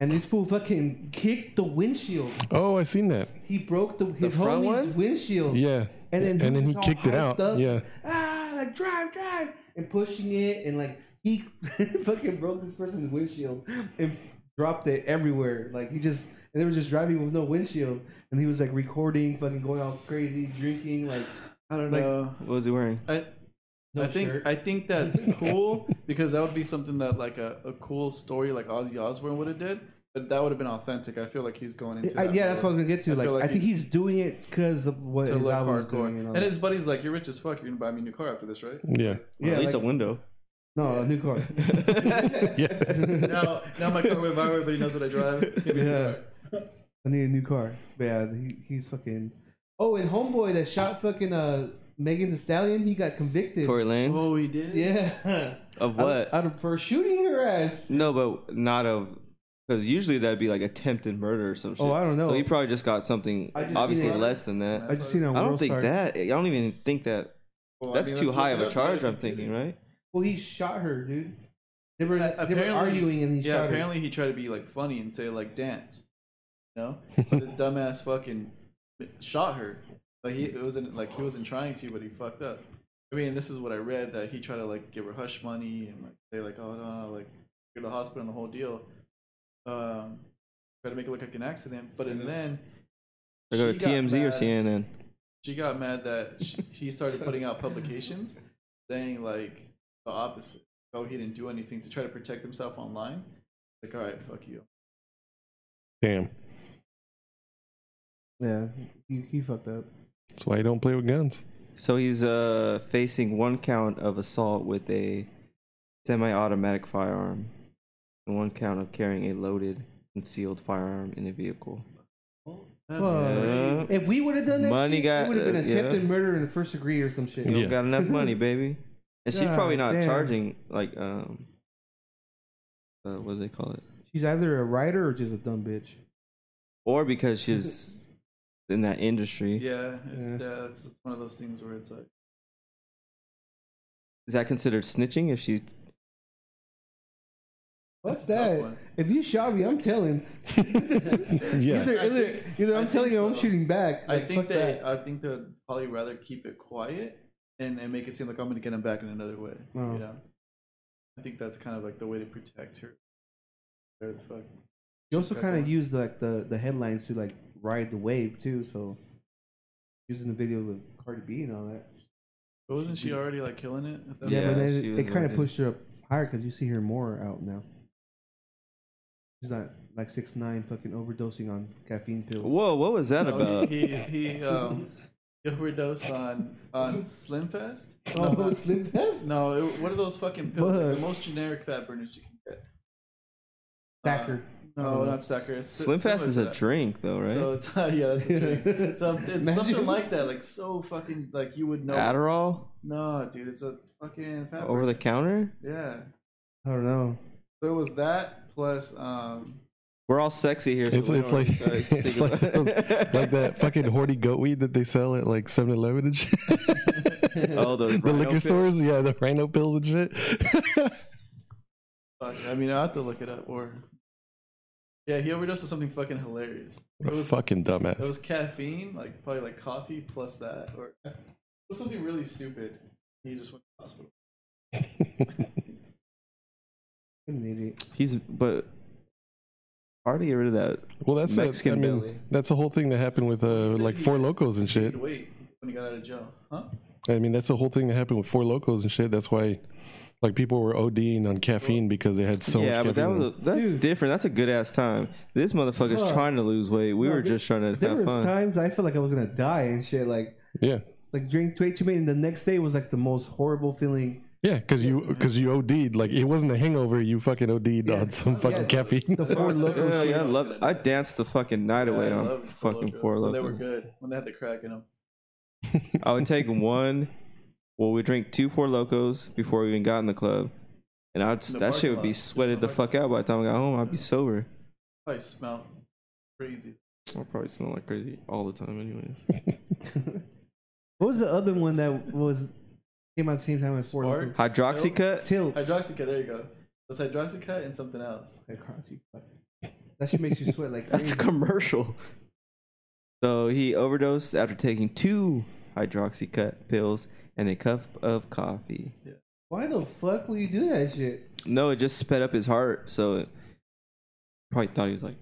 and this fool fucking kicked the windshield.
oh, I seen that.
He broke the his
front
homie's
one?
windshield.
Yeah.
Oh. And then he
and then he
was all
kicked it
hyped
out.
up.
Yeah.
ah, like drive, drive, and pushing it, and like he fucking broke this person's windshield and dropped it everywhere. Like he just, and they were just driving with no windshield, and he was like recording, fucking going all crazy, drinking, like
I don't
like-
know.
What was he wearing?
I,
no
I think
shirt.
I think that's cool because that would be something that like a, a cool story like Ozzy Osbourne would have did, but that would have been authentic. I feel like he's going into
I-
that
yeah, that's what I
more
was gonna get to.
I
like,
feel like
I think
he's-
he's doing it because of what
to
his
look
album is
hardcore.
doing. And, all
And,
that.
his buddy's like, "You're rich as fuck. You're gonna buy me a new car after this, right?"
Yeah.
yeah,
At least
like-
a window.
no, a new car.
Yeah.
now, now my car went viral. Everybody knows what I drive. Give me a new
Yeah.
car.
I need a new car. But yeah, he, he's fucking. Oh, and homeboy that shot fucking uh Megan the Stallion, he got convicted.
Tory Lanez
Oh, he did.
yeah.
of what?
Out, out of, for shooting her ass.
no, but not of because usually that'd be like attempted murder or some shit.
Oh, I don't know.
So he probably just got something
I just
obviously
seen it.
less than that.
I just seen on
I don't
World
think
Star-
that. I don't even think that.
Well, I
That's
mean,
too
let's
high
look
of
it
a
up.
charge.
Yeah.
I'm thinking, right?
Well, he shot her, dude. They were,
Uh,
they were
apparently-
arguing and he
Yeah,
shot
apparently he tried to be like funny and say like dance, you know. But this dumbass fucking shot her. But he it wasn't like he wasn't trying to, but he fucked up. I mean, this is what I read that he tried to like give her hush money and like say like, oh no, no like go to the hospital and the whole deal. Um, try to make it look like an accident, but and then
I go to
she got
TMZ or
mad-
CNN.
She got mad that she, he started putting out publications saying like the opposite. Oh, he didn't do anything to try to protect himself online. Like, all right, fuck you.
Damn.
her. Yeah, he, he fucked up.
That's why you don't play with guns.
So he's uh, facing one count of assault with a semi-automatic firearm, and one count of carrying a loaded concealed firearm in a vehicle.
That's
Fuck.
crazy.
If we would have done that,
Money
shit,
got-
it would have been
uh,
attempted
yeah.
murder in the first degree or some shit.
You
Yeah.
got enough money, baby. And she's probably
God
not
damn.
charging like um, uh, what do they call it?
She's either a writer or just a dumb bitch.
Or because she's in that industry.
Yeah, it-
Yeah.
yeah, it's, it's one of those things where it's like,
Is that considered snitching? If she
What's
That's a tough
that?
one.
If you shot me, I'm telling.
Yeah.
Either,
I
either,
think-
either I'm
I
telling
think
you, I'm
so.
shooting back.
I
Like,
think
fuck
they,
that.
I think they'd probably rather keep it quiet and, and make it seem like I'm gonna get him back in another way.
Oh.
You know, I think that's kind of like the way to protect her. Whatever the fuck.
You also
Check
kind
one.
of used like the the headlines to like ride the wave too. So using the video of Cardi B and all that.
But wasn't she already like killing it? At that
Yeah,
point?
but
Oh, Yeah,
they,
she
they
was
kind of
loaded.
pushed her up higher because you see her more out now. She's not like six nine fucking overdosing on caffeine pills.
whoa, what was that
No,
about?
Oh, he he, he um he overdosed on on Slim Fest.
Oh,
No, not-
Slim Fast?
no, it, what are those fucking pills? Like,
What?
the most generic fat burners you can get.
Thacker.
Uh, no, not Stacker. It's
Slim Fast
similar
is
to
a
that.
drink, though, right?
So it's, yeah, that's a drink. So it's something
Imagine.
like that, like so fucking like you would know.
Adderall
no, dude, it's a fucking fat
over the
burner.
counter.
yeah.
I don't know.
So it was that plus um
We're all sexy here. so
It's-
we
it's
don't
like-
gotta think
it's
about-
like those- like that fucking horny goat weed that they sell at like 7-Eleven and shit.
Oh, the
the
rhino
liquor
pill?
stores, yeah, the rhino pills and shit.
Fuck, I mean, I have to look it up. Or yeah, he overdosed on something fucking hilarious.
what
It
a
was
fucking
it was
dumbass.
caffeine, like probably like coffee plus that, or it was something really stupid. He just went to the hospital.
What an idiot.
He's but hard to get rid of that
well, that's
Mexican
a, I mean,
belly.
that's the whole thing that happened with uh,
said
like
he-
four locos and shit.
He'd wait when he got out of jail, huh?
I mean, that's the whole thing that happened with four locos and shit. That's why, like, people were ODing on caffeine because they had so
yeah,
much
but that
caffeine.
was a, that's
Dude.
different. That's a good ass time. This motherfucker's
Fuck.
trying to lose weight. We
No,
were
there-
just trying to
There
have
was
fun.
times I felt like I was gonna die and shit. Like
yeah,
like drink way too many, and the next day was like the most horrible feeling.
yeah, because you because you OD'd. Like, it wasn't a hangover. You fucking OD'd on some fucking
Yeah,
caffeine.
The four local
Yeah,
shit.
yeah, I love. I danced the fucking night
Yeah,
away
I
on
loved the
fucking
Locos
four
when They were
locos.
good when they had the crack in them.
I would take one. Well, we drink two four locos before we even got in the club, and
In
I
the
just that
parking
shit would be
lot. Just
sweated
in the
the fuck out by the time I got home. I'd be sober.
Probably smell crazy.
I'll probably smell like crazy all the time anyway.
What was the other one that was came out at the same time as four
Sparks?
Locos?
Hydroxycut.
Tilt.
Hydroxycut. There you go. It was hydroxycut and something else.
That shit makes you sweat like
That's
crazy.
a commercial. So he overdosed after taking two hydroxycut pills and a cup of coffee.
Why the fuck will you do that shit?
No, it just sped up his heart, so it probably thought he was like,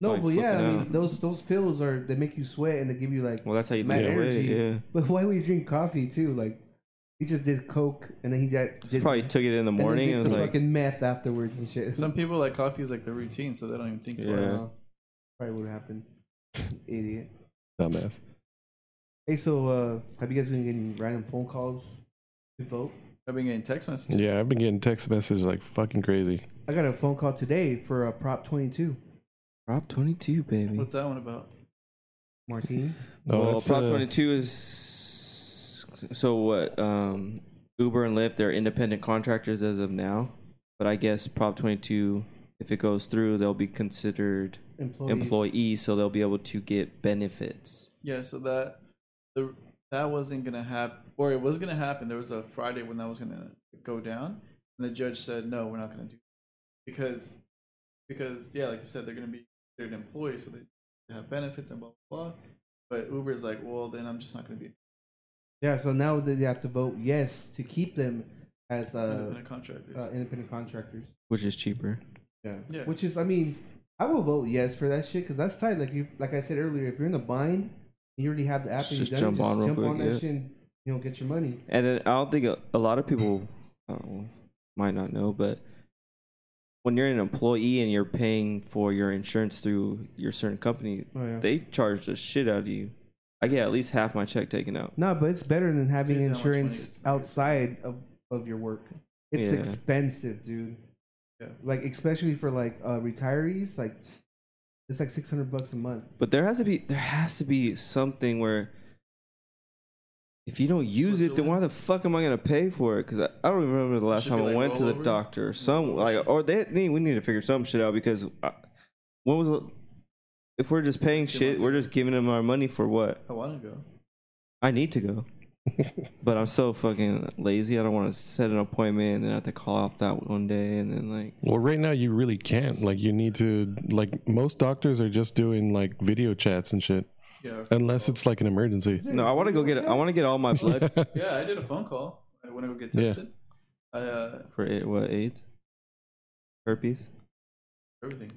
No,
Like,
but yeah, I
flipping
mean
out.
those those pills are they make you sweat and they give you like.
"Well, that's how you
Mad
lose weight."
energy.
Yeah,
But why would you drink coffee too? Like he just did coke and then he got
just probably took it in the
and then
morning
did
and was
some
like,
fucking meth afterwards and shit.
Some people like coffee is like the routine, so they don't even think twice.
Yeah.
Uh, probably would happen. Idiot.
Dumbass.
Hey, so uh, have you guys been getting random phone calls to vote?
I've been getting text messages.
Yeah, I've been getting text messages like fucking crazy.
I got a phone call today for uh, Prop 22.
"Prop 22, baby."
What's that one about?
Martine.
No,
well,
that's,
Prop
uh,
22 is so what? Um, Uber and Lyft they're independent contractors as of now, but I guess Prop 22, if it goes through, they'll be considered
Employees.
employee, so they'll be able to get benefits.
Yeah, so that the that wasn't gonna happen, or it was gonna happen. There was a Friday when that was gonna go down, and the judge said, "No, we're not gonna do that. because because yeah, like you said, they're gonna be they're an employee, so they have benefits and blah blah." blah. But Uber's like, "Well, then I'm just not gonna be
Yeah, so now they have to vote yes to keep them as uh,
independent contractors."
uh, independent contractors.
which is cheaper.
Yeah.
Yeah.
Which is, I mean, I will vote yes for that shit because that's tight. Like you, like I said earlier, if you're in a bind, you already have the app. and
Just
you're done,
jump on real
jump
quick,
on that
yeah.
shit and you know get your money.
And then I don't think a, a lot of people I don't know, might not know, but when you're an employee and you're paying for your insurance through your certain company,
Oh yeah.
they charge the shit out of you. I get at least half my check taken out.
No, but it's better than having
crazy how much money
insurance
it's-
outside of, of your work. It's
Yeah.
expensive, dude.
Yeah.
Like especially for like uh, retirees, like it's like six hundred bucks a month.
But there has to be there has to be something where if you don't use it, then why the fuck am I gonna pay for it? Because I, I don't even remember the last
should
time
be
I
like
went to the
rollover.
doctor. Some like or they need we need to figure some shit out because I, when was the- if we're just paying
Two
shit,
months
we're
ago.
just giving them our money for what?
I want to go.
I need to go. but I'm so fucking lazy. I don't want to set an appointment and then have to call off that one day and then like
Well, right now you really can't. Like, you need to. Like, most doctors are just doing like video chats and shit,
Yeah. or-
unless it's like an emergency.
no, I want to go get I want to get all my blood
Yeah, I did a phone call. I want to go get
Yeah.
tested. I uh,
for it, what AIDS, herpes.
everything.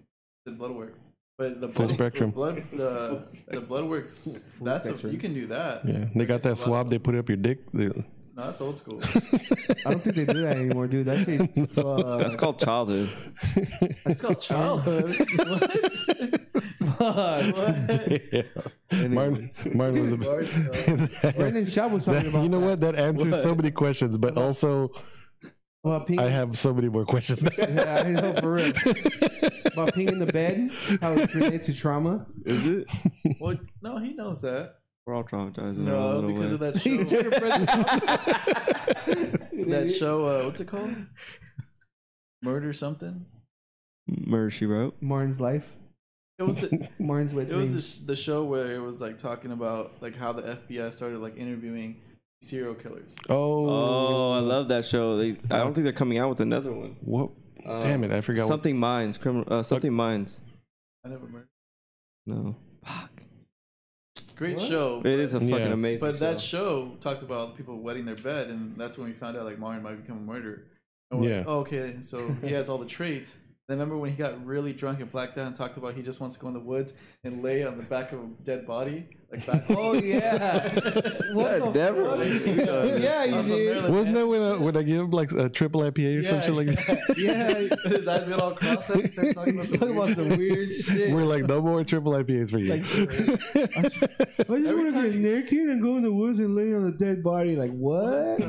Did blood work, but the
Full
blood,
spectrum.
The blood, the, the blood works.
Full
That's a,
spectrum.
you can do that.
Yeah, they got
It's a
that
lot
swab.
of-
They put it up your dick. They-
No, that's old school.
I don't think they do that anymore, dude. That shit. fuck.
That's called childhood.
It's called childhood.
Fuck.
Yeah. Martin, Martin was a.
Large, uh,
Brandon Shaw was talking
That-
about
you know
that.
what? That answers so many questions, but also
About pink,
I have so many more questions. now.
yeah, I know for real. about peeing in the bed, how it's related to trauma.
Is it?
well, no, he knows that.
We're all traumatized. in our own
No,
little
because
way.
of that show. that show. Uh, what's it called? Murder something.
murder she wrote.
Martin's life.
it was the,
Martin's wet
it was the,
dreams.
sh- the show where it was like talking about like how the FBI started like interviewing serial killers.
Oh,
Oh, I love that show. They, I don't think they're coming out with another one.
What?
Uh,
Damn it! I forgot. Something.
Something Minds. Criminal. Uh, something Minds.
I never remember.
No. Fuck.
Great
What?
show.
It is a fucking
Yeah.
amazing.
But that
show.
show talked about people wetting their bed, and that's when we found out like Martin might become a murderer. And we're like,
Yeah.
oh, okay, so he has all the traits. Then remember when he got really drunk and blacked out and talked about he just wants to go in the woods and lay on the back of a dead body, like back.
Oh yeah.
I
what the
never
fuck?
would've
done
yeah, you
On some
did.
Maryland
Wasn't that
Manson
when I,
shit.
when I gave him like a triple IPA or
Yeah,
some shit like that?
Yeah,
yeah, his eyes got all crossed up. He started talking about,
He's
some
talking
weird
about some
shit.
weird shit.
We're like, no more triple IPAs for you.
I just
Every
want to
time
get naked and go in the woods and lay on a dead body. Like what?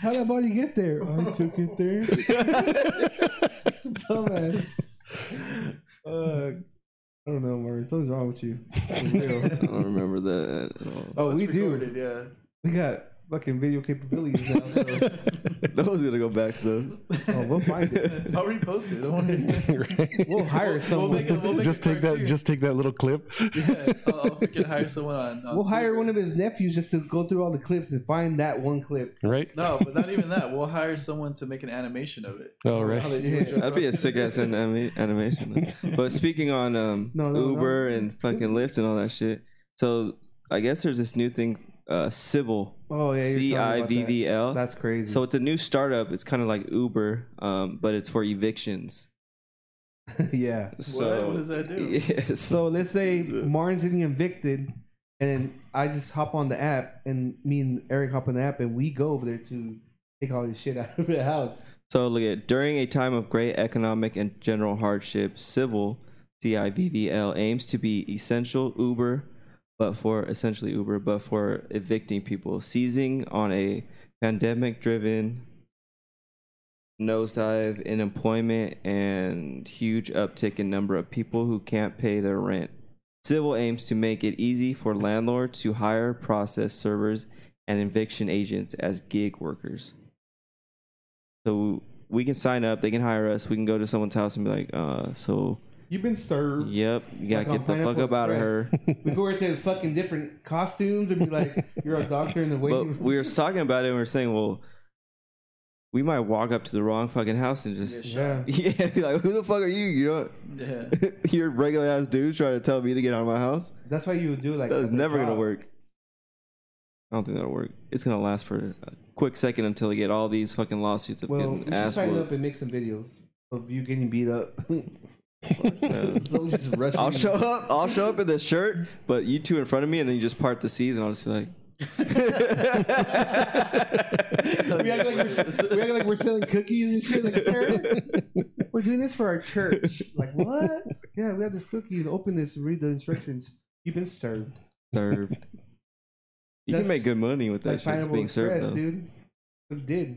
How that body get there? I took it there. Dumbass. Uh, I don't know, Martin. Something's wrong with you. For real.
I don't remember that at all.
Oh,
That's
we do.
recorded, Yeah.
We got fucking video capabilities now. So.
I was gonna go back to those.
Oh, we'll find it.
I'll repost it. Don't worry.
Right?
We'll hire someone. We'll,
make a- we'll make
just
a
take that.
cartoon.
Just take that little clip.
Yeah, I'll, I'll freaking hire someone on. on
hire
Twitter.
one of his nephews just to go through all the clips and find that one clip.
Right?
No, but not even that. We'll hire someone to make an animation of it.
All
How
Oh, right.
they do it,
Yeah.
Joe
That'd be a
Rogan.
sick ass anima- animation. But speaking on um,
No, no, no.
Uber and fucking Lyft and all that shit, so I guess there's this new thing, uh, Civil,
Oh yeah, you're telling me
C
about
I V V
that.
L.
That's crazy.
So it's a new startup. It's kind of like Uber, um, but it's for evictions.
yeah.
So
what does that do?
Yeah, so-
So let's say Martin's getting evicted, and I just hop on the app, and me and Eric hop on the app, and we go over there to take all this shit out of the house.
So look at during a time of great economic and general hardship, civil CIVVL aims to be essential Uber, but for essentially Uber, but for evicting people, seizing on a pandemic-driven nosedive in employment and huge uptick in number of people who can't pay their rent. Civil aims to make it easy for landlords to hire process servers and eviction agents as gig workers. So we can sign up. They can hire us. We can go to someone's house and be like, uh, so
You've been served.
yep, you
Like
gotta
on
get the fuck
Pineapple
up out of her.
Express. we go over to fucking different costumes and be like, "You're a doctor in the waiting
But
room."
we were talking about it. and We were saying, well, we might walk up to the wrong fucking house and just
yeah.
yeah, be like,
Who the fuck are you? You know,
Yeah.
you're a regular ass dude trying to tell me to get out of my house.
That's why you would do like
that
at
is
the
never gonna
job.
work. I don't think that'll work. It's gonna last for a quick second until they get all these fucking lawsuits of
Well, you
getting
should
ass
sign up
whooped.
and make some videos of you getting beat up. Someone's just rushing
I'll
you.
show up. I'll show up in this shirt.
But you two in front of me, and then you just part the seas, and I'll just be like,
We act, like we're, we act like we're selling cookies and shit. Like, sir, we're doing this for our church. Like, what? Yeah, we have this cookie. Open this, read the instructions. You've been served.
served. You
That's
can make good money with that
like
shit that's
Pineapple
being served,
Express,
though.
dude. We did.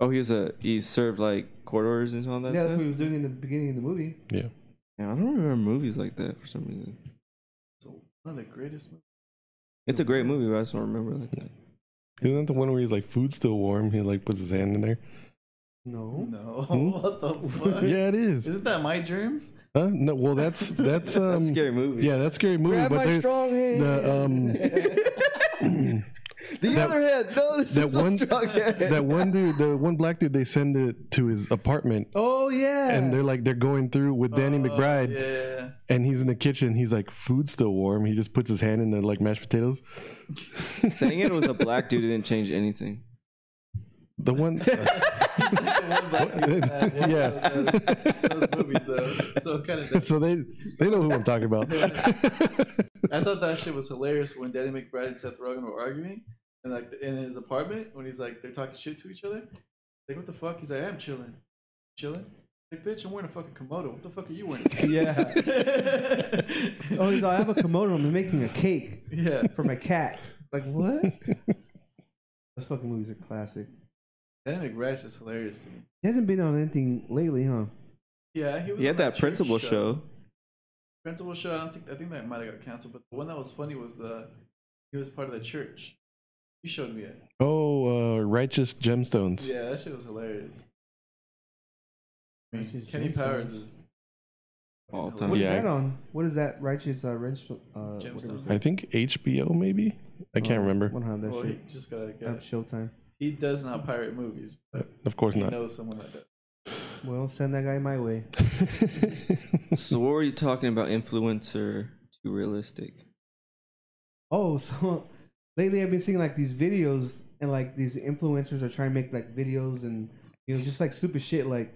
Oh, he was a he served like court orders and all that
yeah, that's
stuff.
what he was doing in the beginning of the movie.
Yeah, I don't remember movies like that for some reason.
So one of the greatest. movies.
It's a great movie, but I just don't remember it like that.
Isn't that the one where he's like, food's still warm? He like puts his hand in there.
No.
No,
Hmm?
what the fuck?
Yeah, it is.
Isn't that my germs?
Huh? No, well, that's that's um,
That's a scary movie.
yeah, that's a scary movie.
Grab
but
my
there,
strong hand.
the um,
the
that-
other hand. No, this
that
is one,
one-
strong hand.
that one dude, the one black dude, they send it to his apartment,
Oh yeah.
and they're like, they're going through with Danny
Oh,
McBride,
Yeah.
and he's in the kitchen. He's like, food's still warm. He just puts his hand in the like mashed potatoes.
Saying it was a black dude didn't change anything.
The one,
One black dude in that, one of Those, those movies, though. So kind of.
so they they know who I'm talking about.
I thought that shit was hilarious when Danny McBride and Seth Rogen were arguing, and like in his apartment when he's like they're talking shit to each other. Like what the fuck? He's like I'm chilling, chilling. Like bitch, I'm wearing a fucking komodo. What the fuck are you wearing?
yeah. Oh, he's like, I have a komodo. I'm making a cake
yeah.
for my cat. Like what? Those fucking movies are classic.
Danny McBride's just hilarious to me.
He hasn't been on anything lately, huh?
Yeah, he was.
He had
on
that
church
principal show.
Principal show. I don't think. I think that might have got canceled. But the one that was funny was the. He was part of the church. You showed me it.
Oh, uh, righteous gemstones.
Yeah, that shit was hilarious. I mean,
Righteous
Kenny
Gemstones.
Powers is
all the
What
time.
What is
Yeah.
that on? What is that righteous uh, wrench? Uh, whatever it's-
Gemstones.
I think HBO maybe. I can't
Oh,
remember.
I don't have that
Well, he
shit.
just gotta
I
get.
have Showtime.
He does not pirate movies, but
Uh, Of course
he
not.
knows someone that does.
Well, send that guy my way.
So what were you talking about? Influencer too realistic.
Oh, so lately I've been seeing like these videos and like these influencers are trying to make like videos and you know just like stupid shit like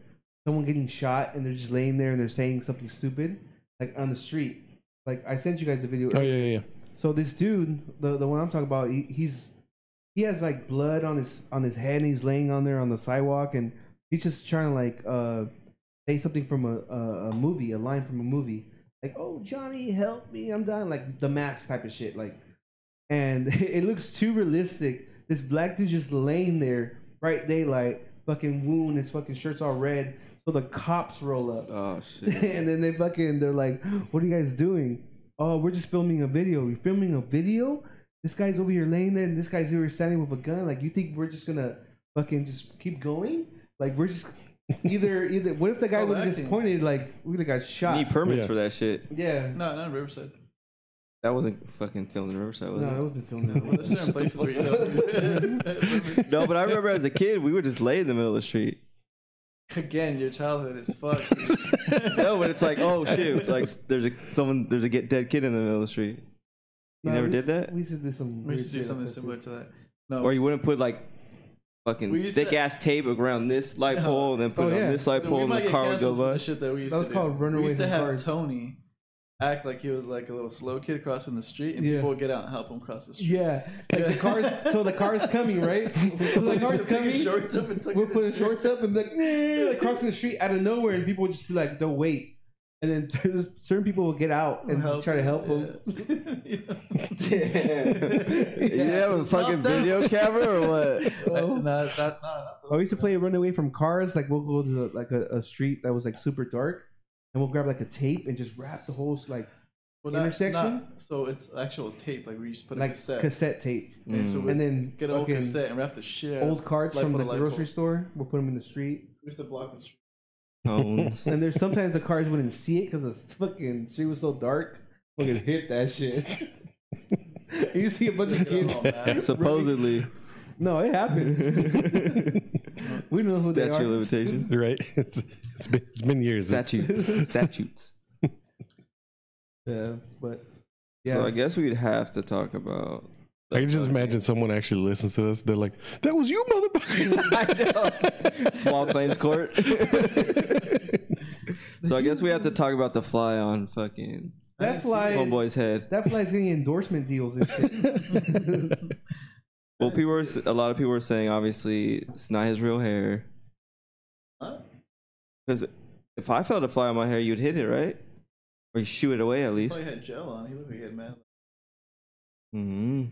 someone getting shot and they're just laying there and they're saying something stupid like on the street. Like I sent you guys a video.
oh yeah, yeah, yeah.
So this dude, the the one I'm talking about, he, he's he has like blood on his on his head and he's laying on there on the sidewalk and he's just trying to like uh say something from a, a, a movie, a line from a movie. Like, oh Johnny, help me, I'm dying, like the mask type of shit. Like and it looks too realistic. This black dude just laying there, bright daylight, fucking wound, his fucking shirt's all red. So the cops roll up.
Oh shit.
and then they fucking they're like, "What are you guys doing? Oh, we're just filming a video. You're filming a video? This guy's over here laying there, and this guy's over here standing with a gun. Like, you think we're just gonna fucking just keep going? Like, we're just either either. What if the
It's
guy
called
would have just
acting.
pointed? Like, we would have got
You
shot.
need permits
Yeah.
for that shit.
yeah.
No, not in Riverside.
That wasn't fucking filmed in Riverside, was
No,
it?
it wasn't filmed.
Well, there's certain places where you don't.
No, but I remember as a kid, we would just lay in the middle of the street.
Again, your childhood is fucked.
No, but it's like, oh shoot, like there's a someone, there's a get dead kid in the middle of the street. You never did that,
We used to do some.
we used to do
weird shit
something
like that,
similar
too.
to that. No,
or you
it's-
wouldn't put like
We
fucking
used to-
thick ass tape around this light
No.
pole, and then put
Oh,
it on
yeah.
this light
so we
pole, and
might
the
get
car would
canceled
go
for the
by.
shit that we used
That was
to do.
called
we
Runaways
used to
in
have
Cars.
Tony act like he was like a little slow kid crossing the street, and
Yeah.
people would get out and help him cross the street.
Yeah, like the cars. so the car's coming, right? So the car's coming.
Shorts up and
we're putting shorts up and be like, "Nah," like crossing the street out of nowhere, and people would just be like, "Don't wait." And then certain people will get out and try to help them.
them.
You didn't have a fucking video camera or what?
no, that, that, no, not
I Oh. used to play Runaway from Cars. Like we'll go to like a, a street that was like super dark, and we'll grab like a tape and just wrap the whole like
Well, not-
Intersection?
not- so it's actual tape, like we just put a
like
cassette.
cassette. tape,
Mm,
And so we
and then
get an old
fucking
cassette and wrap the shit. out.
old cards
Like
from
with
the
a light
grocery
bulb.
store. We'll put them in the street.
We used to block the street.
Cones.
And there's sometimes the cars wouldn't see it because the fucking street was so dark. Fucking hit that shit. you see a bunch of
Get
kids.
all mad.
Supposedly,
No, it happened. we know who they
statute of
are.
limitations.
right. It's, it's been it's been years.
Statute. Statutes.
Yeah, but yeah,
So I guess we'd have to talk about.
I can just imagine someone actually listens to us. They're like, "That was you, motherfucker."
Small claims court. so I guess we have to talk about the fly on fucking
that fly.
homeboy's
Is,
head.
That fly's getting endorsement deals. And shit.
Well, people were s- a lot of people were saying obviously it's not his real hair.
Huh?
Because if I felt a fly on my hair, you'd hit it, right? Or you shoo it away at least.
Probably had gel on. He looked good, man.
hmm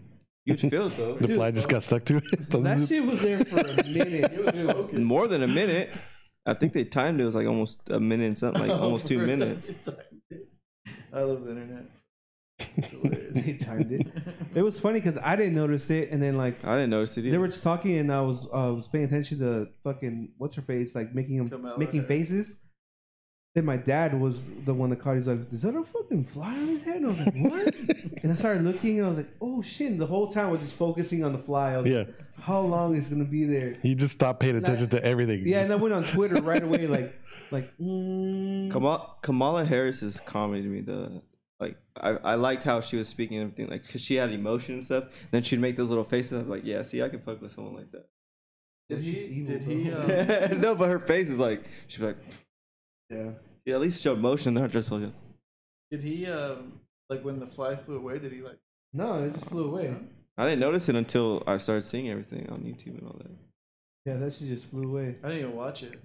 You'd feel it though.
the fly just got stuck to
that
it.
shit was there for a minute. dude.
More than a minute. I think they timed it. It was like almost a minute and something, like almost two minutes.
I love the internet. It's hilarious.
they timed it. It was funny because I didn't notice it, and then like
I didn't notice it either.
they were just talking, and I was uh, was paying attention to fucking what's her face, like making him
Kamala
making
Harris.
faces. Then my dad was the one that caught. it. He's like, "Is that a fucking fly on his head?" And I was like, "What?" and I started looking, and I was like, "Oh shit!" And the whole time I was just focusing on the fly. I was
yeah,
like, "How long is it gonna be there?"
you just stopped paying attention to everything.
Yeah, and I
Just-
went on Twitter right away, like, like, mm,
Kamala, Kamala Harris's comedy to me, the like I, I liked how she was speaking and everything, like because she had emotion and stuff. Then she'd make those little faces. I'm like, yeah, see, I can fuck with someone like
Did
It's
he?
just evil,
Did
bro.
he? Um,
that. no, but her face is like she'd be like,
yeah.
yeah, at least show emotion. They're not just like,
did he? Um, like when the fly flew away, did he like?
No, it just flew away.
I didn't notice it until I started seeing everything on YouTube and all that.
Yeah, that shit just flew away.
I didn't even watch it.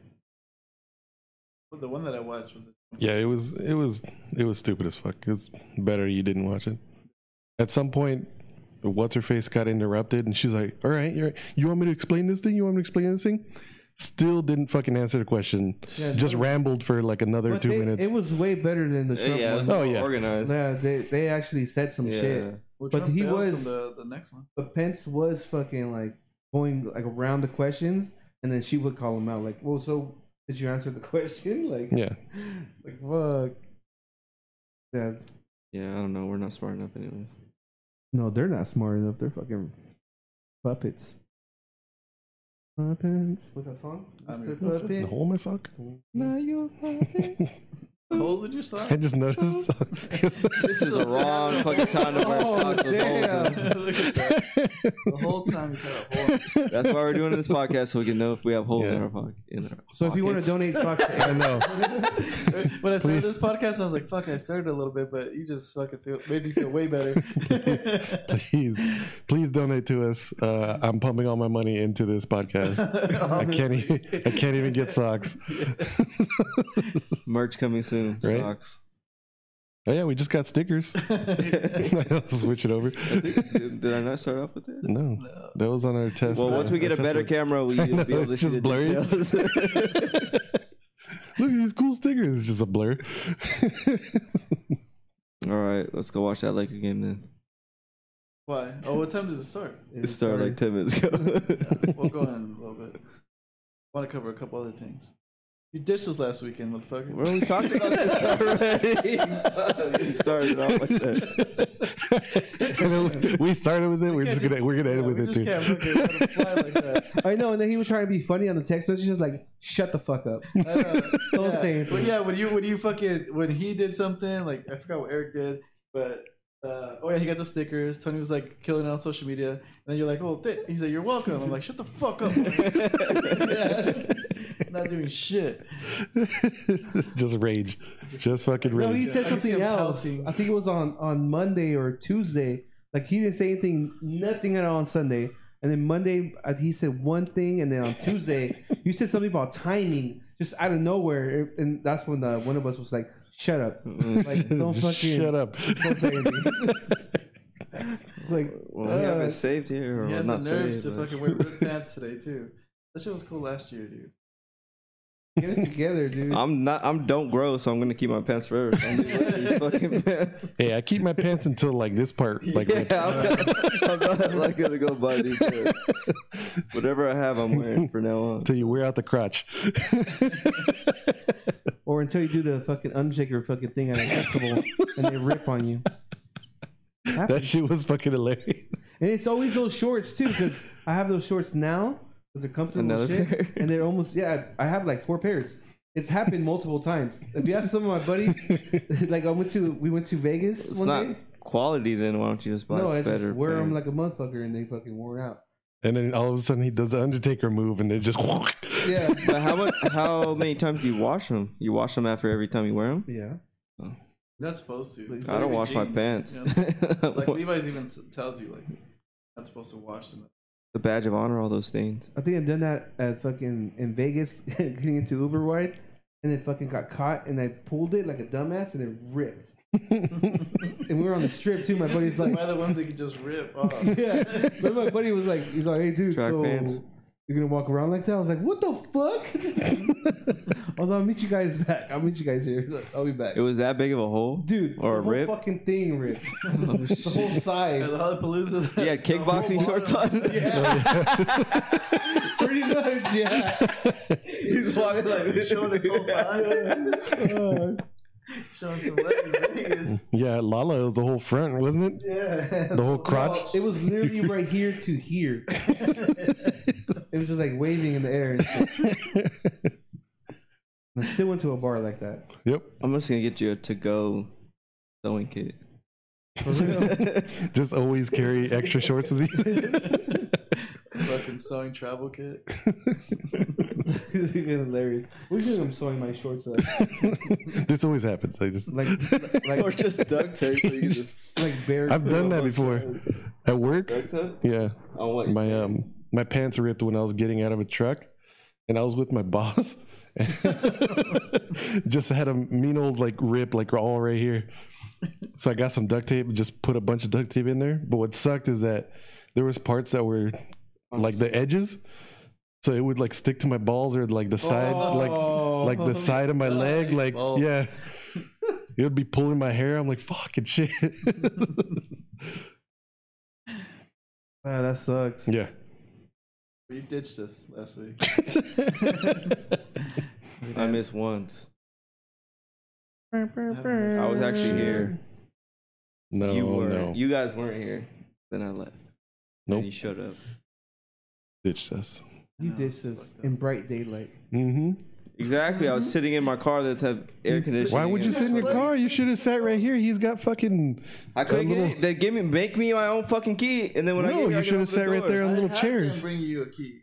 But the one that I watched was.
yeah, it was it was it was stupid as fuck. It was better you didn't watch it. At some point, what's her face got interrupted, and she's like, "All right, you're, you want me to explain this thing? You want me to explain this thing?" Still didn't fucking answer the question.
Yeah,
just
no.
rambled for like another
But
two
they-
minutes.
It was way better than the Trump
yeah, it was
one.
Oh,
more
yeah.
organized.
Yeah, they they actually said some
Yeah.
shit.
Well,
But
Trump
he
bailed
was-
from the, the next one.
But Pence was fucking like going like around the questions, and then she would call him out like, "Well, so did you answer the question?" Like,
yeah,
like fuck. Yeah.
Yeah, I don't know. We're not smart enough, anyways.
No, they're not smart enough. They're fucking puppets. Puppets. What's that song?
I'm
Mr.
your
Puppet.
The hole in my sock?
Now you
Holes in your sock?
I just noticed.
This is the wrong fucking time to wear
Oh,
socks with holes. in
damn.
them.
Look at that. The whole time he's had a hole.
That's why we're doing this podcast so we can know if we have holes in
Yeah.
our pocket. In our
So if you want to donate
pockets.
socks, to
I know.
When I started
Please.
this podcast, I was like, "Fuck!" I started a little bit, but you just fucking feel, made me feel way better.
Please, please donate to us. Uh, I'm pumping all my money into this podcast. I can't. Even, I can't even get socks.
merch coming soon.
Right?
Socks.
Oh yeah, we just got stickers. Switch it over.
I think, did, did I not start off with that?
No,
No.
that was on our test.
Well, once
uh,
we get
our
a
test
better
run.
camera, we
I
will be
know,
able to
it's
see
just
the
blurry.
details.
Look at these cool stickers. It's just a blur.
All right, let's go watch that Laker game then.
Why? Oh, what time does it start?
It started like ten minutes ago.
We'll go in a little bit. I want to cover a couple other things. You ditched us last weekend, motherfucker.
Bro, we talked about this already. we started off like that.
You know, we started with it. We're
can't
just
do-
gonna we're gonna
Yeah,
end with
we
it
just
too.
can't fucking let it slide like that.
I know, and then he was trying to be funny on the text message. He was like, "Shut the fuck up."
I know.
Don't
yeah.
say anything.
But yeah, when you when you fucking when he did something like I forgot what Eric did, but uh, oh yeah, he got the stickers. Tony was like killing it on social media, and then you're like, oh, th-. he's like, you're welcome. I'm like, shut the fuck up. Not doing shit.
just rage. Just fucking
No,
rage.
he
I
said
can see
something
him
else.
pouting.
I think it was on on Monday or Tuesday. Like he didn't say anything, nothing at all on Sunday. And then Monday, uh, he said one thing, and then on Tuesday, you said something about timing, just out of nowhere. And that's when uh, one of us was like, "Shut up." Like, don't
Just
fucking-
shut up.
Don't say anything. it's like,
Well, we have
Uh,
it saved here, or
He has the
not
nerves
saved.
to
but-
fucking wear ripped pants today too. That shit was cool last year, dude.
get it together, dude.
I'm not. I'm don't grow, so I'm gonna keep my pants forever. So I'm just like these fucking pants.
Hey, I keep my pants until like this part. Like
yeah,
rips.
I'm, not, I'm not like gonna go buy these. pairs. Whatever I have, I'm wearing for now on.
until you wear out the crotch.
Or until you do the fucking unshaker fucking thing at a festival and they rip on you.
that shit was fucking hilarious.
And it's always those shorts too, because I have those shorts now. 'cause They're comfortable as
Another
shit,
pair.
and they're almost yeah. I have like four pairs. It's happened multiple times. If you ask some of my buddies, like I went to we went to Vegas
It's
one
not
day.
quality. Then why don't you just buy
No, I
better?
just wear them
pair?
like a motherfucker, and they fucking worn out.
And then all of a sudden he does the Undertaker move and it just
Yeah,
But how much? How many times do you wash them? You wash them after every time you wear them.
yeah.
You're not supposed to.
I don't wash my
Jeans,
pants.
you know? Like Levi's even s- tells you like not supposed to wash them.
the badge of honor, all those stains.
I think I've done that at fucking in Vegas, getting into Uber ride, and then fucking got caught, and I pulled it like a dumbass, and it ripped. and we were on the strip too. My
Just
buddy's
these-
like,
why the ones that can just rip off.
yeah. But my buddy was like, he's like, hey, dude,
Track
so
pants.
you're gonna walk around like that? I was like, what the fuck? I was like, I'll meet you guys back. I'll meet you guys here. He's like, I'll be back.
It was that big of a hole,
dude,
or
the whole
a rip. Oh,
fucking thing ripped. the whole
Yeah,
side.
Lollapalooza.
He had kickboxing shorts on.
Pretty much, yeah.
He's walking like this.
Showing his whole body. Showing some leg in Vegas.
Yeah, Lala was the whole front, wasn't it?
yeah.
The whole crotch.
It was literally right here to here. it was just like waving in the air. And shit. I still went to a bar like that.
Yep.
I'm just gonna get you a to-go sewing kit.
For real.
Just always carry extra shorts with you.
Fucking sewing travel kit.
It's hilarious. What do you think I'm sewing my shorts up?
this always happens. I just
Like,
or
like,
just duct tape so you can just
like bare.
I've done that before at work.
duct tape.
Yeah,
On what?
my um my pants ripped when I was getting out of a truck, and I was with my boss. just had a mean old like rip like all right here. So I got some duct tape, just put a bunch of duct tape in there. But what sucked is that there was parts that were like the edges, so it would like stick to my balls or like the side like
Oh.
like the side of my leg, like
Oh.
yeah. It would be pulling my hair. I'm like, fucking shit.
Wow, Ah, that sucks.
yeah.
You ditched us last week.
I missed once. I was actually here.
Uh, No,
you were.
no.
You guys weren't here. Then I left. Then
Nope.
you showed up.
Ditched us.
You
No,
ditched
it's
us
fucked up.
in bright daylight.
Mm-hmm.
Exactly. I
Mm-hmm.
was sitting in my car that's had air conditioning.
Why would you
and-
sit in your car? You should have sat right here. He's got fucking.
I couldn't
a
get
little-
it. They gave me make me my own fucking key, and then when I
No,
get here,
you
I can
should
open
have
the
sat right
door.
there on little
had them
chairs.
Bring you a key.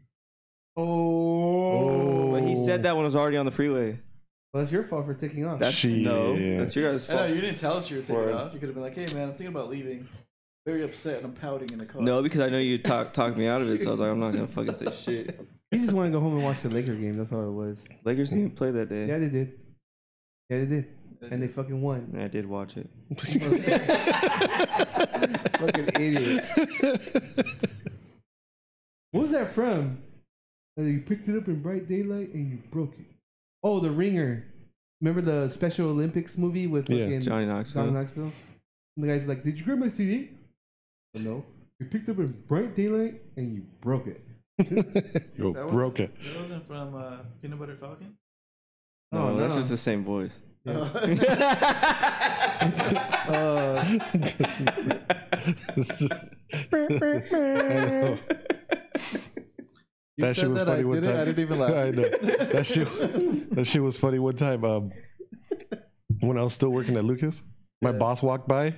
Oh,
But he said that when I was already on the freeway.
well, that's your fault for taking off.
That's no,
Shit.
that's your guys'
I know
fault.
you didn't tell us you were taking
Word.
off. You could have been like, "Hey, man, I'm thinking about leaving." Very upset, and I'm pouting in the car.
No, because I know you talk talked me out of it, so I was like, I'm not gonna fucking say shit.
You just want to go home and watch the Laker game. That's all it was.
Lakers didn't even play that day.
Yeah, they did. Yeah, they did. And they fucking won.
I did watch it.
fucking idiot. What was that from? Uh, You picked it up in bright daylight and you broke it. Oh, The Ringer. Remember the Special Olympics movie with
Yeah,
fucking
Johnny Knoxville.
John Knoxville? And the guy's like, Did you grab my CD? No. You picked up in bright daylight and you broke it.
Yo,
That was-
broke it.
That wasn't from uh, Peanut Butter Falcon.
No,
Oh,
that's
no.
just the same voice.
Oh.
Uh,
It's just- I know.
You
That shit was
that
funny
I
one
did it.
time.
I didn't even
I
laugh.
know. That shit, that shit was funny one time. Um, when I was still working at Lucas, my
Yeah.
boss walked by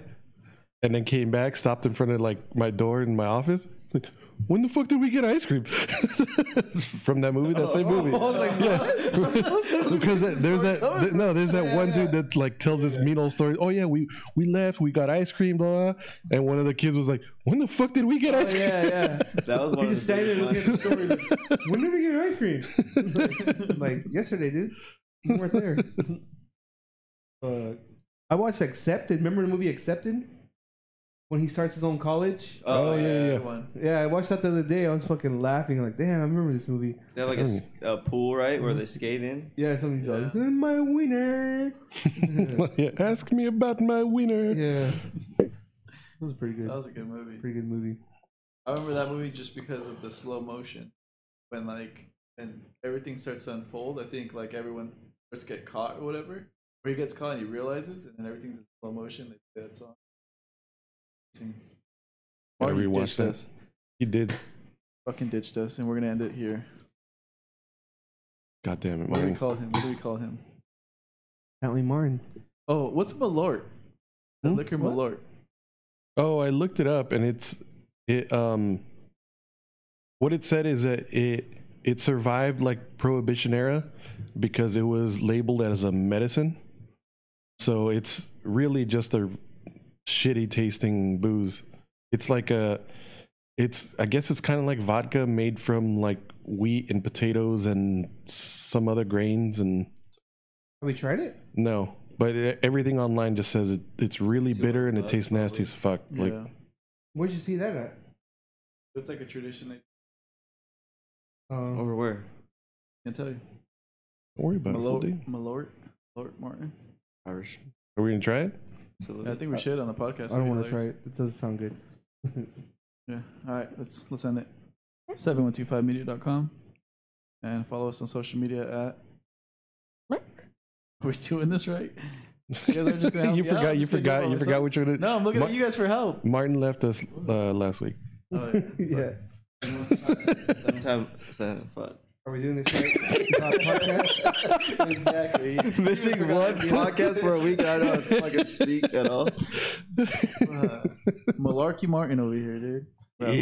and then came back, stopped in front of like my door in my office. It's Like, when the fuck did we get ice cream? From that movie, that
Oh,
same movie. Yeah. because that, there's that th- no, there's that one dude that like tells this mean old story. Oh yeah, we we left, we got ice cream, blah, blah. And one of the kids was like, "When the fuck did we
Oh,
get ice cream?"
yeah, yeah.
That was one
You
of
just
the
standing there
biggest
looking at the story. When did we get ice cream? I'm like yesterday, dude. You weren't there. Uh, I watched Accepted. Remember the movie Accepted? When he starts his own college.
lines. Oh, yeah.
yeah.
One.
Yeah, I watched that the other day. I was fucking laughing. Like, damn, I remember this movie.
They had like a, s- a pool, right, where they skate in.
Yeah, something's
Yeah.
like, "I'm my winner.
yeah, ask me about my winner.
Yeah, that was pretty good.
That was a good movie.
pretty good movie.
I remember that movie just because of the slow motion. When like and everything starts to unfold, I think like everyone starts to get caught or whatever. Or he gets caught and he realizes and then everything's in slow motion, they play that song. Amazing.
Gotta
Martin
rewatch
ditched
that.
us.
He did.
Fucking ditched us and we're gonna end it here.
God damn it,
What do we
Martin.
call him? What do we call him?
Natalie Martin.
Oh, what's Malort? The
Hmm?
liquor
What?
Malort.
Oh, I looked it up and it's it um what it said is that it it survived like prohibition era because it was labeled as a medicine. So it's really just a shitty tasting booze. It's like a it's I guess it's kind of like vodka made from like wheat and potatoes and some other grains and
Have we tried it?
no, but it, everything online just says it, it's really
Too
bitter and it
much
tastes
probably.
nasty as fuck. Like
yeah.
Where'd you see that at?
It's like a tradition I
Um,
Over where?
can't tell you.
Don't worry about it.
Malort
Foldy.
Malort. Malort Martin.
Irish.
Are we gonna try it?
Salute.
Yeah, I think we should on the podcast.
I
That'd
don't
be
want to try
hilarious.
it. It doesn't sound good.
Yeah. All right. Let's let's end it. 7125media.com and follow us on social media at. We're doing this right. You guys are just gonna help
you
me out.
forgot.
I'm
You
just gonna do it by
forgot. You
myself.
forgot what you're gonna.
No, I'm looking
Mar-
at you guys for help.
Martin left us uh, last week.
Oh, yeah.
yeah.
Sometime. so- fuck.
Are we doing this right? Uh, podcast?
exactly.
Missing one podcast for a week, and I don't know how to fucking speak at all.
Uh, Malarkey Martin over here, dude. Bro.